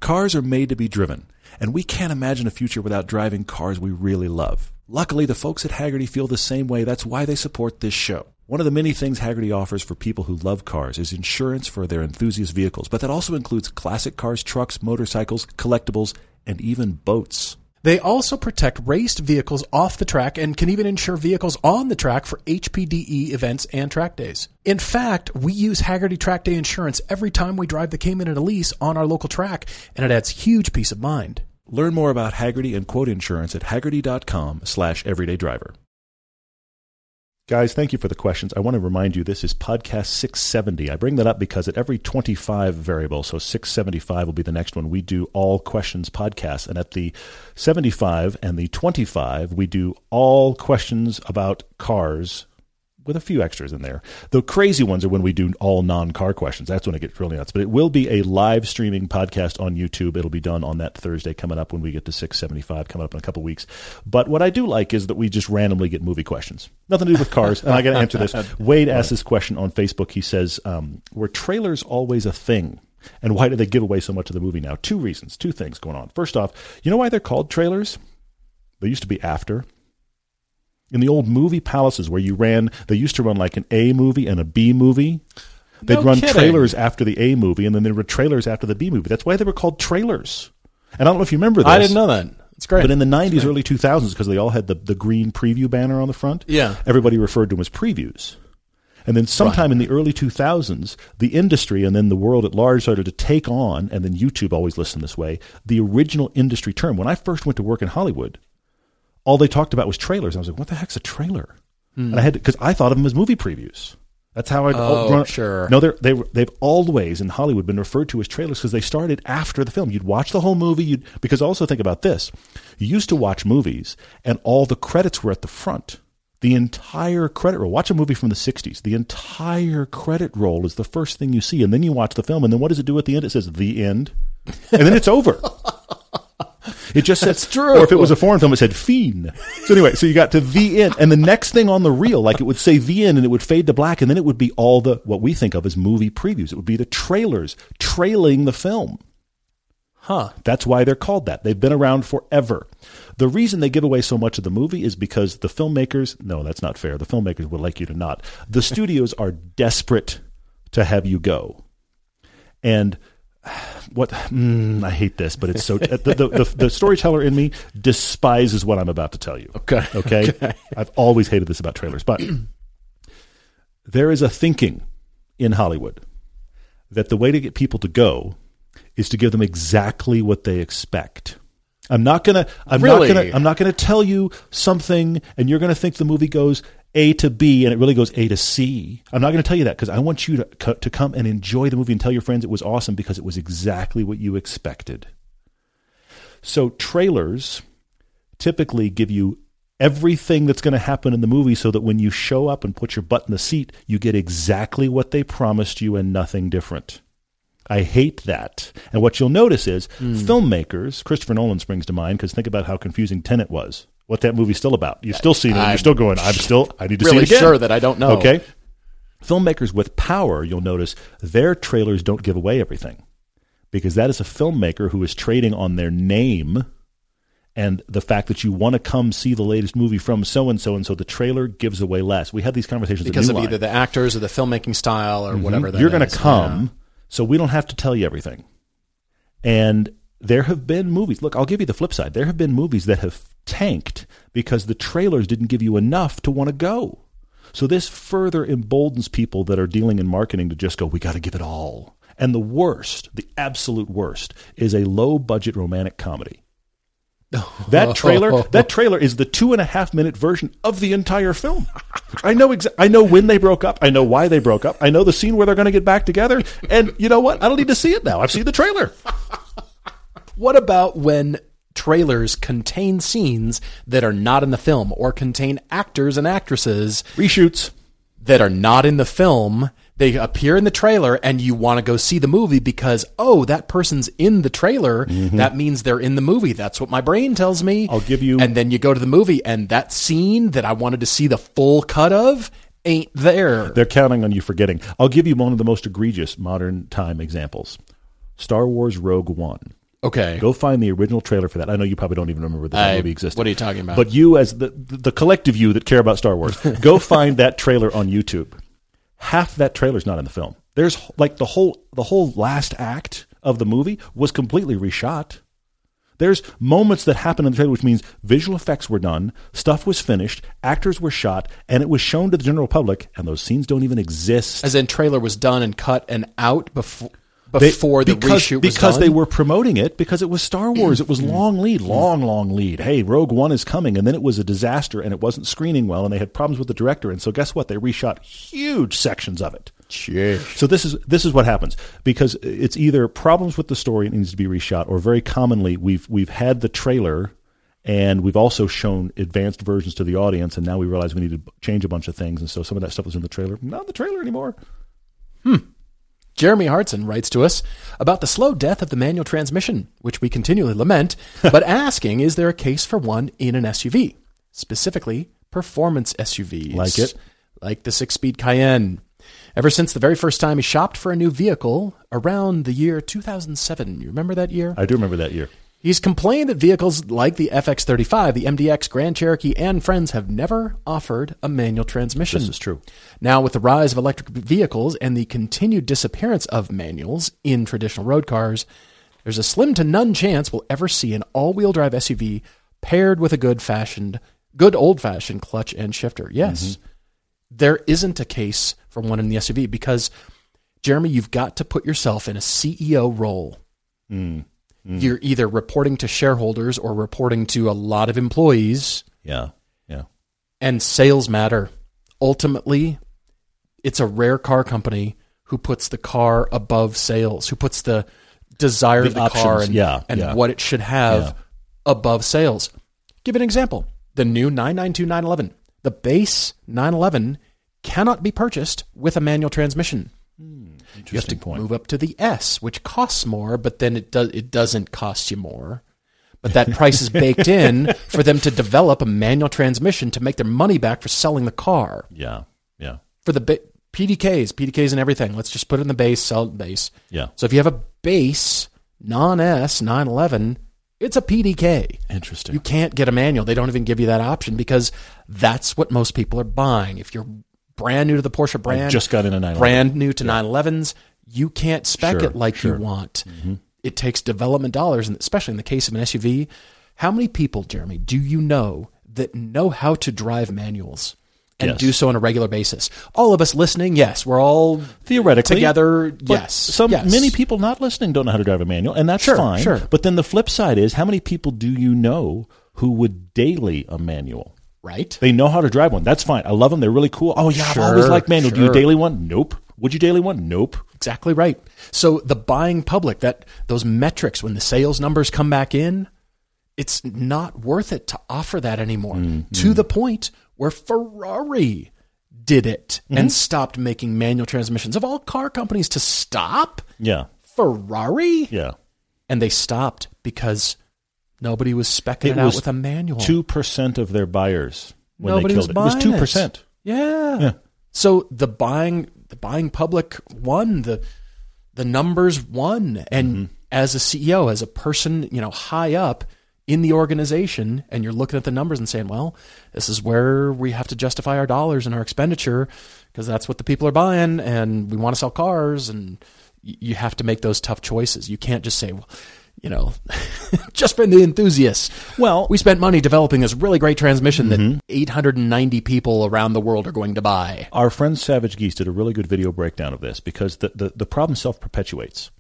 Speaker 1: Cars are made to be driven, and we can't imagine a future without driving cars we really love. Luckily, the folks at Haggerty feel the same way. That's why they support this show. One of the many things Haggerty offers for people who love cars is insurance for their enthusiast vehicles, but that also includes classic cars, trucks, motorcycles, collectibles, and even boats.
Speaker 2: They also protect raced vehicles off the track and can even insure vehicles on the track for HPDE E events and track days. In fact, we use Haggerty Track Day insurance every time we drive the Cayman and Elise on our local track, and it adds huge peace of mind.
Speaker 1: Learn more about Haggerty and quote insurance at haggerty.com slash everyday driver. Guys, thank you for the questions. I want to remind you this is podcast 670. I bring that up because at every 25 variable, so 675 will be the next one, we do all questions podcasts. And at the 75 and the 25, we do all questions about cars with a few extras in there. The crazy ones are when we do all non car questions. That's when it gets really nuts. But it will be a live streaming podcast on YouTube. It'll be done on that Thursday coming up when we get to 675 coming up in a couple weeks. But what I do like is that we just randomly get movie questions. Nothing to do with cars. and I got to answer this. Wade asked this question on Facebook. He says, um, Were trailers always a thing? And why do they give away so much of the movie now? Two reasons, two things going on. First off, you know why they're called trailers? They used to be after. In the old movie palaces where you ran, they used to run like an A movie and a B movie. They'd
Speaker 2: No
Speaker 1: run
Speaker 2: kidding.
Speaker 1: trailers after the A movie, and then there were trailers after the B movie. That's why they were called trailers. And I don't know if you remember this.
Speaker 2: I didn't know that. It's great.
Speaker 1: But in the 90s, early 2000s, because they all had the, the green preview banner on the front,
Speaker 2: Yeah.
Speaker 1: everybody referred to them as previews. And then sometime in the early 2000s, the industry and then the world at large started to take on, and then YouTube always listened this way, the original industry term. When I first went to work in Hollywood, all they talked about was trailers. I was like, what the heck's a trailer? And I had because I thought of them as movie previews. That's how I.
Speaker 2: Oh, sure.
Speaker 1: No, they're, they were- they've always in Hollywood been referred to as trailers because they started after the film. You'd watch the whole movie. You'd because also think about this. You used to watch movies and all the credits were at the front. The entire credit roll. Watch a movie from the '60s. The entire credit roll is the first thing you see, and then you watch the film. And then what does it do at the end? It says the end, and then it's over.
Speaker 2: [laughs]
Speaker 1: It just says
Speaker 2: That's true.
Speaker 1: Or if it was a foreign film, it said fiend. So anyway, so you got to the end, and the next thing on the reel, like it would say the end, and it would fade to black, and then it would be all the what we think of as movie previews. It would be the trailers trailing the film.
Speaker 2: huh.
Speaker 1: That's why they're called that. They've been around forever. The reason they give away so much of the movie is because the filmmakers, no, that's not fair. The filmmakers would like you to not. The studios are desperate to have you go. And what mm, I hate this, but it's so the, the, the, the storyteller in me despises what I'm about to tell you.
Speaker 2: Okay.
Speaker 1: [laughs] Okay. I've always hated this about trailers, but [clears throat] there is a thinking in Hollywood that the way to get people to go is to give them exactly what they expect. I'm not gonna. I'm
Speaker 2: Really?
Speaker 1: not gonna. I'm not gonna tell you something, and you're gonna think the movie goes A to B, and it really goes A to C. I'm not gonna tell you that because I want you to co- to come and enjoy the movie and tell your friends it was awesome because it was exactly what you expected. So trailers typically give you everything that's going to happen in the movie so that when you show up and put your butt in the seat, you get exactly what they promised you and nothing different. I hate that. And what you'll notice is
Speaker 2: Hmm.
Speaker 1: filmmakers, Christopher Nolan springs to mind because think about how confusing Tenet was. What that movie's still about. You're still seeing it.
Speaker 2: I'm
Speaker 1: you're still going, I'm still, I need to
Speaker 2: Really
Speaker 1: see it again.
Speaker 2: sure that I don't know.
Speaker 1: Okay. Filmmakers with power, you'll notice their trailers don't give away everything because that is a filmmaker who is trading on their name and the fact that you want to come see the latest movie from so and so and so the trailer gives away less. We had these conversations
Speaker 2: Because
Speaker 1: at
Speaker 2: of
Speaker 1: New
Speaker 2: either
Speaker 1: Line. Mm-hmm.
Speaker 2: the actors or the filmmaking style or whatever. that
Speaker 1: You're going
Speaker 2: is.
Speaker 1: to come, so we don't have to tell you everything. And there have been movies. Look, I'll give you the flip side. There have been movies that have tanked because the trailers didn't give you enough to want to go. So this further emboldens people that are dealing in marketing to just go, we got to give it all. And the worst, the absolute worst, is a low budget romantic comedy. [laughs]
Speaker 2: [laughs]
Speaker 1: That trailer, that trailer is the two and a half minute version of the entire film. I know exa- I know when they broke up. I know why they broke up. I know the scene where they're going to get back together. And you know what? I don't need to see it now. I've seen the trailer.
Speaker 2: What about when trailers contain scenes that are not in the film or contain actors and actresses
Speaker 1: Reshoots.
Speaker 2: that are not in the film? They appear in the trailer and you want to go see the movie because, oh, that person's in the trailer. That means they're in the movie. That's what my brain tells me.
Speaker 1: Mm-hmm. I'll give you-
Speaker 2: And then you go to the movie and that scene that I wanted to see the full cut of ain't there.
Speaker 1: They're counting on you forgetting. I'll give you one of the most egregious modern time examples Star Wars Rogue One.
Speaker 2: Okay.
Speaker 1: Go find the original trailer for that. I know you probably don't even remember that,
Speaker 2: I-
Speaker 1: movie existed.
Speaker 2: what are you talking about?
Speaker 1: But you, as the the collective you that care about Star
Speaker 2: [laughs]
Speaker 1: Wars, go find that trailer on YouTube. Half that trailer's not in the film. There's like the whole the whole last act of the movie was completely reshot. There's moments that happen in the trailer, which means visual effects were done, stuff was finished, actors were shot, and it was shown to the general public. And those scenes don't even exist.
Speaker 2: As in, trailer was done and cut and out before before the
Speaker 1: because,
Speaker 2: reshoot was
Speaker 1: because
Speaker 2: done?
Speaker 1: they were promoting it because it was Star Wars. it was long lead, long long lead. Hey, Rogue One is coming, and then it was a disaster, and it wasn't screening well, and they had problems with the director, and so guess what? They reshot huge sections of it. So this is this is what happens because it's either problems with the story and it needs to be reshot, or very commonly we've we've had the trailer and we've also shown advanced versions to the audience, and now we realize we need to b- change a bunch of things, and so some of that stuff was in the trailer, not in the trailer anymore.
Speaker 2: Jeremy Hartson writes to us about the slow death of the manual transmission, which we
Speaker 1: [laughs]
Speaker 2: continually lament, but asking is there a case for one in an SUV, specifically performance SUVs?
Speaker 1: Like it?
Speaker 2: Like the six speed Cayenne. Ever since the very first time he shopped for a new vehicle around the year 2007, you remember that year?
Speaker 1: I do remember that year.
Speaker 2: He's complained that vehicles like the FX35, the MDX, Grand Cherokee, and friends have never offered a manual transmission.
Speaker 1: This is true.
Speaker 2: Now, with the rise of electric vehicles and the continued disappearance of manuals in traditional road cars, there's a slim to none chance we'll ever see an all-wheel drive SUV paired with a good fashioned, good old-fashioned clutch and shifter. Yes, there isn't a case for one in the SUV because, Jeremy, you've got to put yourself in a CEO role. Hmm. You're either reporting to shareholders or reporting to a lot of employees
Speaker 1: Yeah, yeah.
Speaker 2: and sales matter. Ultimately, it's a rare car company who puts the car above sales, who puts the desire of the
Speaker 1: The
Speaker 2: car
Speaker 1: options,
Speaker 2: and,
Speaker 1: yeah,
Speaker 2: and
Speaker 1: yeah.
Speaker 2: what it should have
Speaker 1: Yeah.
Speaker 2: above sales. Give an example the new 992 911. The base 911 cannot be purchased with a manual transmission. You have to
Speaker 1: Interesting point.
Speaker 2: move up to the S, which costs more, but then it does it doesn't cost you more. But that price is
Speaker 1: [laughs]
Speaker 2: baked in for them to develop a manual transmission to make their money back for selling the car
Speaker 1: Yeah, yeah,
Speaker 2: for the ba- PDKs, PDKs and everything. Let's just put it in the base, sell it in base.
Speaker 1: yeah.
Speaker 2: So if you have a base non S 911, it's a PDK.
Speaker 1: Interesting.
Speaker 2: You can't get a manual. They don't even give you that option because that's what most people are buying. If you're brand new to the Porsche brand,
Speaker 1: just got in a 911.
Speaker 2: brand new to 911s, you can't spec
Speaker 1: Sure, Mm-hmm.
Speaker 2: it like you want. It takes development dollars, and especially in the case of an SUV. How many people, Jeremy, do you know that know how to drive manuals and
Speaker 1: Yes.
Speaker 2: do so on a regular basis? All of us listening, yes, we're all
Speaker 1: Theoretically,
Speaker 2: together.
Speaker 1: But
Speaker 2: yes,
Speaker 1: Some
Speaker 2: yes.
Speaker 1: many people not listening don't know how to drive a manual, and that's
Speaker 2: Sure,
Speaker 1: fine.
Speaker 2: sure.
Speaker 1: But then the flip side is how many people do you know who would daily a manual?
Speaker 2: right?
Speaker 1: They know how to drive one. That's fine. I love them. They're really cool. Oh yeah,
Speaker 2: Sure,
Speaker 1: I've always liked manual. Do you
Speaker 2: sure.
Speaker 1: daily one? Nope. Would you daily one? Nope.
Speaker 2: Exactly right. So the buying public, that those metrics, when the sales numbers come back in, it's not worth it to offer that anymore. To the point where Ferrari did it and stopped making manual transmissions of all car companies to stop
Speaker 1: Yeah,
Speaker 2: Ferrari,
Speaker 1: yeah.
Speaker 2: and they stopped because nobody was specking it,
Speaker 1: It
Speaker 2: out
Speaker 1: was
Speaker 2: with a manual.
Speaker 1: Two percent of their buyers when
Speaker 2: Nobody
Speaker 1: they
Speaker 2: was
Speaker 1: killed it. It was
Speaker 2: buying
Speaker 1: two
Speaker 2: it.
Speaker 1: percent.
Speaker 2: Yeah. So the buying the buying public won the the numbers won and as a CEO as a person, you know, high up in the organization and you're looking at the numbers and saying, well, this is where we have to justify our dollars and our expenditure because that's what the people are buying and we want to sell cars and y- you have to make those tough choices. You can't just say, well, you know, [laughs] just been the enthusiasts.
Speaker 1: Well,
Speaker 2: We spent money developing this really great transmission
Speaker 1: Mm-hmm.
Speaker 2: that 890 people around the world are going to buy.
Speaker 1: Our friend Savage Geese did a really good video breakdown of this because the, the, the problem self perpetuates.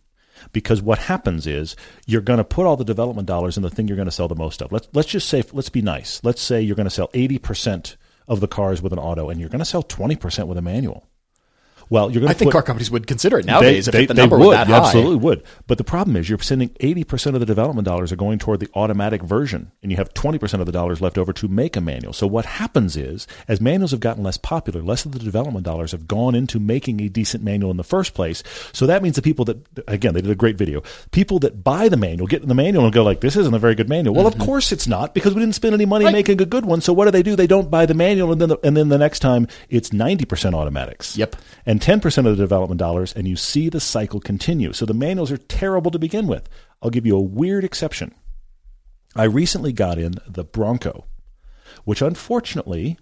Speaker 1: Because what happens is you're going to put all the development dollars in the thing you're going to sell the most of. Let's, let's just say, let's be nice. Let's say you're going to sell 80% of the cars with an auto and you're going to sell 20% with a manual. Well, you're going to
Speaker 2: I think
Speaker 1: put,
Speaker 2: car companies would consider it nowadays if the number
Speaker 1: would,
Speaker 2: was that
Speaker 1: they
Speaker 2: high.
Speaker 1: absolutely would. But the problem is you're sending 80% of the development dollars are going toward the automatic version, and you have 20% of the dollars left over to make a manual. So what happens is, as manuals have gotten less popular, less of the development dollars have gone into making a decent manual in the first place. So that means the people that, again, they did a great video, people that buy the manual, get in the manual and go like, this isn't a very good manual. Well, of course it's not, because we didn't spend any money
Speaker 2: Mm-hmm. Right.
Speaker 1: making a good one. So what do they do? They don't buy the manual, and then the, and then the next time it's 90% automatics
Speaker 2: Yep.
Speaker 1: and 10% of the development dollars, and you see the cycle continue. So the manuals are terrible to begin with. I'll give you a weird exception. I recently got in the Bronco, which unfortunately,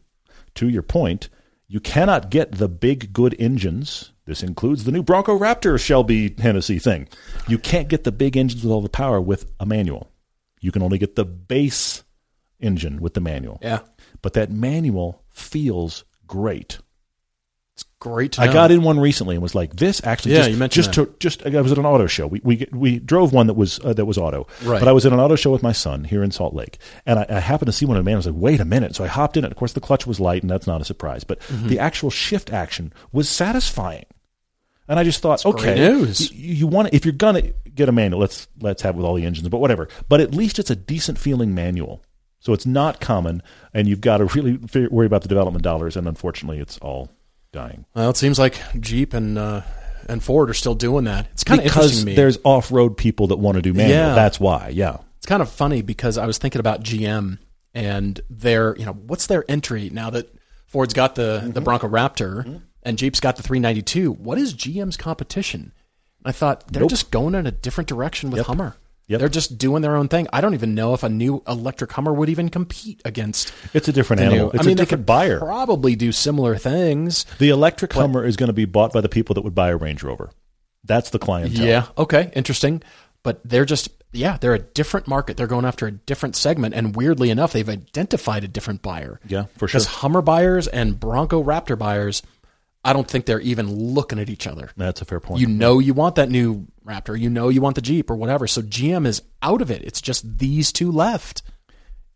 Speaker 1: to your point, you cannot get the big good engines. This includes the new Bronco Raptor Shelby Hennessy thing. You can't get the big engines with all the power with a manual. You can only get the base engine with the manual.
Speaker 2: Yeah.
Speaker 1: But that manual feels great.
Speaker 2: It's great uh, to
Speaker 1: I
Speaker 2: know.
Speaker 1: got in one recently and was like, "This actually
Speaker 2: Yeah,
Speaker 1: just
Speaker 2: you mentioned
Speaker 1: just
Speaker 2: that.
Speaker 1: took just." I was at an auto show. We we we drove one that was uh, that was auto,
Speaker 2: Right.
Speaker 1: But I was at an auto show with my son here in Salt Lake, and I, I happened to see one of the man. I was like, "Wait a minute!" So I hopped in it. Of course, the clutch was light, and that's not a surprise. But
Speaker 2: Mm-hmm.
Speaker 1: the actual shift action was satisfying, and I just thought,
Speaker 2: great
Speaker 1: "Okay,
Speaker 2: news.
Speaker 1: y- You, want if you're gonna get a manual, let's let's have it with all the engines, but whatever. But at least it's a decent feeling manual." So it's not common, and you've got to really fi- worry about the development dollars, and unfortunately, it's all dying.
Speaker 2: Well, it seems like Jeep and uh, and Ford are still doing that. It's kind of interesting
Speaker 1: because
Speaker 2: to me.
Speaker 1: there's off-road people that want to do manual.
Speaker 2: Yeah.
Speaker 1: That's why. Yeah.
Speaker 2: It's kind of funny because I was thinking about GM and their, you know, what's their entry now that Ford's got the
Speaker 1: Mm-hmm.
Speaker 2: the Bronco Raptor and Jeep's got the 392. What is GM's competition? And I thought they're just going in a different direction with Hummer.
Speaker 1: Yep.
Speaker 2: They're just doing their own thing. I don't even know if a new electric Hummer would even compete against
Speaker 1: It's a different
Speaker 2: the
Speaker 1: animal.
Speaker 2: new.
Speaker 1: It's
Speaker 2: I mean,
Speaker 1: a
Speaker 2: they
Speaker 1: different
Speaker 2: could
Speaker 1: buyer.
Speaker 2: probably do similar things.
Speaker 1: the electric Hummer is going to be bought by the people that would buy a Range Rover. That's the clientele.
Speaker 2: Yeah. Okay. Interesting. But they're just yeah, they're a different market. They're going after a different segment, and weirdly enough, they've identified a different buyer.
Speaker 1: Yeah, for
Speaker 2: Because
Speaker 1: sure.
Speaker 2: Hummer buyers and Bronco Raptor buyers, I don't think they're even looking at each other.
Speaker 1: That's a fair point.
Speaker 2: You know, you want that new Raptor. You know, you want the Jeep or whatever. So GM is out of it. It's just these two left.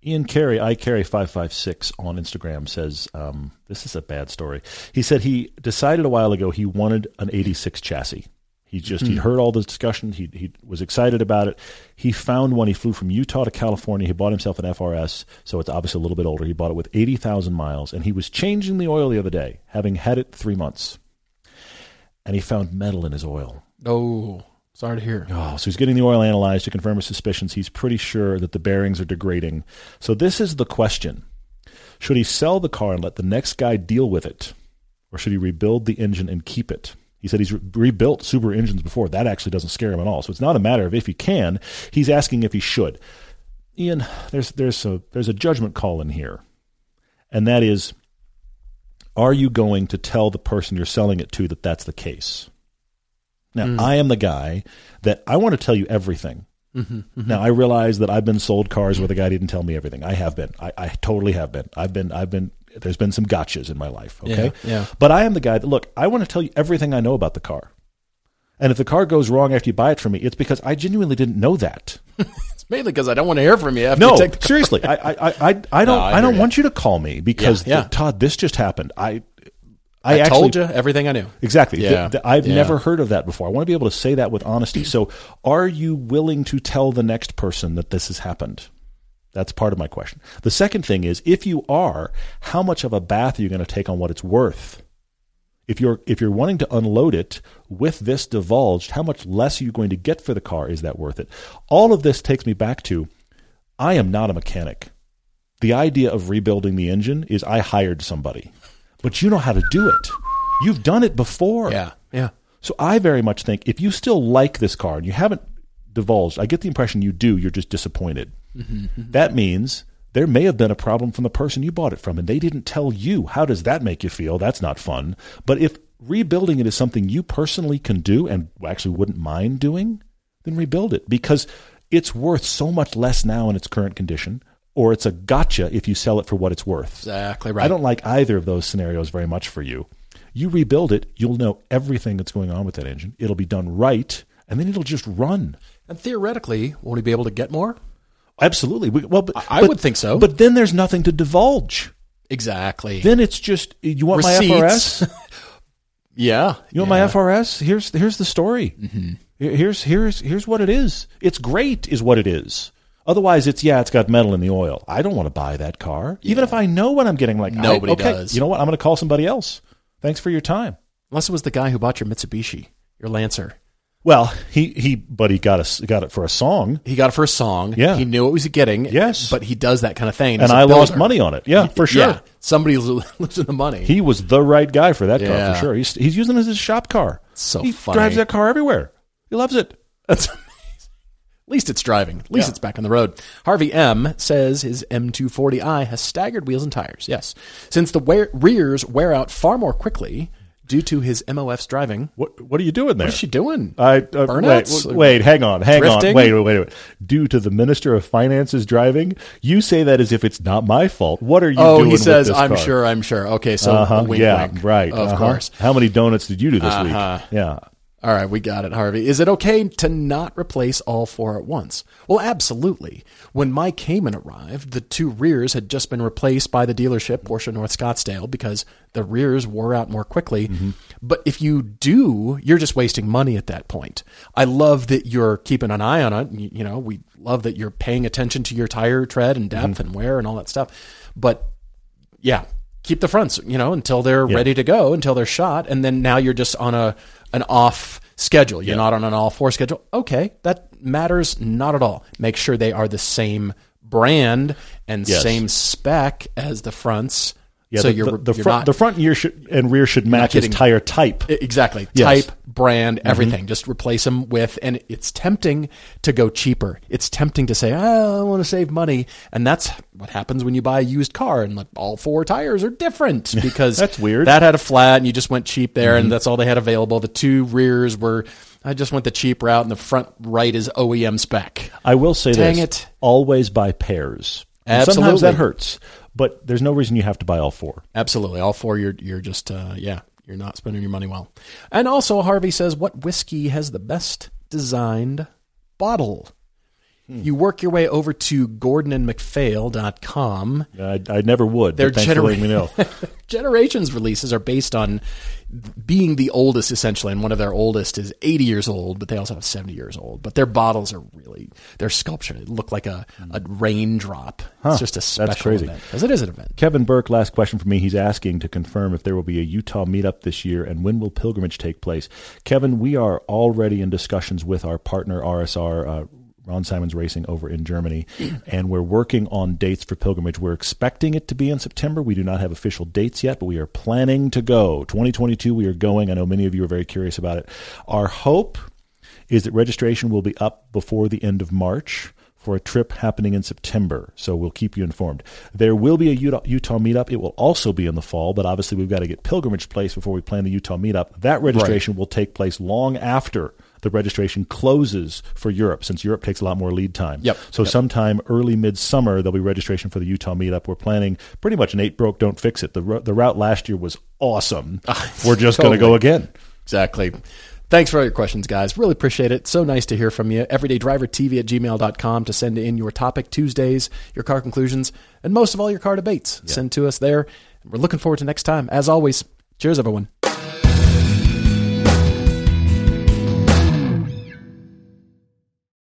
Speaker 1: Ian Carey, I carry five five six on Instagram says um, this is a bad story. He said he decided a while ago he wanted an eighty six chassis. He just he heard all the discussion. He he was excited about it. He found one. He flew from Utah to California. He bought himself an FRS, so it's obviously a little bit older. He bought it with eighty thousand miles, and he was changing the oil the other day, having had it three months, and he found metal in his oil.
Speaker 2: Oh, sorry to hear.
Speaker 1: Oh, so he's getting the oil analyzed to confirm his suspicions. He's pretty sure that the bearings are degrading. So this is the question. Should he sell the car and let the next guy deal with it? Or should he rebuild the engine and keep it? He said he's re- rebuilt Subaru engines before. That actually doesn't scare him at all. So it's not a matter of if he can. He's asking if he should. Ian, there's there's a there's a judgment call in here. And that is are you going to tell the person you're selling it to that that's the case? Now,
Speaker 2: Mm.
Speaker 1: I am the guy that I want to tell you everything.
Speaker 2: Mm-hmm,
Speaker 1: Now, I realize that I've been sold cars where the guy didn't tell me everything. I have been. I, I totally have been. I've been. I've been. There's been some gotchas in my life. Okay.
Speaker 2: Yeah, yeah.
Speaker 1: But I am the guy that look. I want to tell you everything I know about the car. And if the car goes wrong after you buy it from me, it's because I genuinely didn't know that.
Speaker 2: It's mainly because I don't want to hear from you after
Speaker 1: No,
Speaker 2: you take the
Speaker 1: seriously, I, I, I, I- I don't,
Speaker 2: I
Speaker 1: I,
Speaker 2: hear
Speaker 1: don't
Speaker 2: ya.
Speaker 1: want you to call me because
Speaker 2: Yeah, yeah.
Speaker 1: th- Todd, this just happened. I,
Speaker 2: I,
Speaker 1: I, actually
Speaker 2: told you everything I knew.
Speaker 1: Exactly. Th-
Speaker 2: Yeah.
Speaker 1: th- I've
Speaker 2: Yeah.
Speaker 1: never heard of that before. I want to be able to say that with honesty. So, are you willing to tell the next person that this has happened? That's part of my question. The second thing is if you are, how much of a bath are you going to take on what it's worth? If you're if you're wanting to unload it with this divulged, how much less are you going to get for the car? Is that worth it? All of this takes me back to I am not a mechanic. The idea of rebuilding the engine is I hired somebody. But you know how to do it. You've done it before.
Speaker 2: Yeah. Yeah.
Speaker 1: So I very much think if you still like this car and you haven't divulged, I get the impression you do, you're just disappointed. That means there may have been a problem from the person you bought it from and they didn't tell you. How does that make you feel? That's not fun. But if rebuilding it is something you personally can do and actually wouldn't mind doing, then rebuild it because it's worth so much less now in its current condition or it's a gotcha if you sell it for what it's worth.
Speaker 2: Exactly right.
Speaker 1: I don't like either of those scenarios very much for you. You rebuild it, you'll know everything that's going on with that engine. It'll be done right, and then it'll just run.
Speaker 2: And theoretically, won't he be able to get more?
Speaker 1: Absolutely. We, well, but,
Speaker 2: I
Speaker 1: but-
Speaker 2: would think so.
Speaker 1: But then there's nothing to divulge.
Speaker 2: Exactly.
Speaker 1: Then it's just you want my
Speaker 2: Receipts. [laughs]
Speaker 1: FRS.
Speaker 2: yeah. Mm-hmm.
Speaker 1: You want my FRS? Here's here's the story. Here- Here's here's here's what it is. It's great, is what it is. Otherwise, it's yeah, it's got metal in the oil. I don't want to buy that car, even if I know what I'm getting. Like I-
Speaker 2: Nobody
Speaker 1: okay,
Speaker 2: does.
Speaker 1: You know what? I'm going to call somebody else. Thanks for your time.
Speaker 2: Unless it was the guy who bought your Mitsubishi, your Lancer.
Speaker 1: Well, he, he but he got a, got it for a song,
Speaker 2: He got it for a song.
Speaker 1: Yeah.
Speaker 2: He knew what he was getting.
Speaker 1: Yes.
Speaker 2: But he does that kind of thing.
Speaker 1: and I lost money on it. Yeah, for sure.
Speaker 2: Somebody's [laughs] losing the money.
Speaker 1: He was the right guy for that car
Speaker 2: Yeah.
Speaker 1: for sure. He's he's using it as his shop car.
Speaker 2: So
Speaker 1: he
Speaker 2: funny.
Speaker 1: drives that car everywhere. He loves it.
Speaker 2: That's amazing. At least it's driving. At least it's back on the road. Harvey M says his M240i has staggered wheels and tires. Yes. Since the wear- rears wear out far more quickly due to his MOF's driving.
Speaker 1: What what are you doing there?
Speaker 2: What's she doing?
Speaker 1: I uh, wait,
Speaker 2: Burnouts?
Speaker 1: w- wait, hang on, hang on,
Speaker 2: Drifting?
Speaker 1: wait, wait, wait, wait. Due to the Minister of Finance's driving, you say that as if it's not my fault. What are you
Speaker 2: oh,
Speaker 1: doing?
Speaker 2: he
Speaker 1: with
Speaker 2: says,
Speaker 1: this
Speaker 2: I'm
Speaker 1: car?
Speaker 2: sure, I'm sure. Okay, so
Speaker 1: Uh-huh,
Speaker 2: wink,
Speaker 1: yeah,
Speaker 2: wink.
Speaker 1: right.
Speaker 2: Of
Speaker 1: uh-huh.
Speaker 2: course. Uh-huh.
Speaker 1: How many donuts did you do this week? Yeah.
Speaker 2: All right, we got it, Harvey. Is it okay to not replace all four at once? Well, absolutely. When my Cayman arrived, the two rears had just been replaced by the dealership, Porsche North Scottsdale, because the rears wore out more quickly. But if you do, you're just wasting money at that point. I love that you're keeping an eye on it. You you know, we love that you're paying attention to your tire tread and depth and wear and all that stuff. But yeah keep the fronts you know until they're ready to go until they're shot and then now you're just on a an off schedule you're not on an all four schedule okay that matters not at all make sure they are the same brand and
Speaker 1: Yes.
Speaker 2: same spec as the fronts
Speaker 1: Yeah,
Speaker 2: so
Speaker 1: the,
Speaker 2: you're,
Speaker 1: the, the
Speaker 2: you're
Speaker 1: front,
Speaker 2: not
Speaker 1: the front year should, and rear should match his
Speaker 2: getting-
Speaker 1: tire type.
Speaker 2: I- E, Exactly.
Speaker 1: Yes. Mm-hmm.
Speaker 2: Type, brand, everything. Just replace them with, and it's tempting to go cheaper. It's tempting to say, oh, I want to save money. And that's what happens when you buy a used car and like all four tires are
Speaker 1: [laughs]
Speaker 2: different because
Speaker 1: That's weird. Mm-hmm.
Speaker 2: That had a flat and you just went cheap there and that's all they had available. The two rears were, I just went the cheap route and the front right is OEM spec.
Speaker 1: I will say
Speaker 2: Dang
Speaker 1: this:
Speaker 2: it.
Speaker 1: always buy pairs. And Sometimes
Speaker 2: Absolutely.
Speaker 1: that hurts, but there's no reason you have to buy all four.
Speaker 2: Absolutely. All four, you're, you're just, uh, yeah, you're not spending your money well. And also, Harvey says, what whiskey has the best designed bottle? You work your way over to gordonandmcphail.com.
Speaker 1: I, I never would.
Speaker 2: They're
Speaker 1: but thanks for letting me know.
Speaker 2: Generations releases are based on being the oldest, essentially, and one of their oldest is 80 years old, but they also have 70 years old. But their bottles are really, they're sculptured. They look like a, a raindrop. It's just a special
Speaker 1: crazy.
Speaker 2: event, because it is an event.
Speaker 1: Kevin Burke, last question for me. He's asking to confirm if there will be a Utah meetup this year and when will pilgrimage take place. Kevin, we are already in discussions with our partner RSR, uh, Ron Simons Racing, over in Germany, and we're working on dates for pilgrimage. We're expecting it to be in September. We do not have official dates yet, but we are planning to go. 2022, we are going. I know many of you are very curious about it. Our hope is that registration will be up before the end of March for a trip happening in September. So we'll keep you informed. There will be a Utah, Utah meetup. It will also be in the fall, but obviously we've got to get pilgrimage place before we plan the Utah meetup. That registration will take place long after the registration closes for Europe, since Europe takes a lot more lead time.
Speaker 2: Yep.
Speaker 1: So sometime early midsummer, there'll be registration for the Utah meetup. We're planning pretty much an eight broke, don't fix it. The, ro- the route last year was
Speaker 2: [laughs]
Speaker 1: awesome. We're just going to go again.
Speaker 2: Exactly. Thanks for all your questions, guys. Really appreciate it. So nice to hear from you. EverydayDriverTV at gmail.com to send in your topic Tuesdays, your car conclusions, and most of all, your car debates. Send to us there. We're looking forward to next time. As always, cheers, everyone.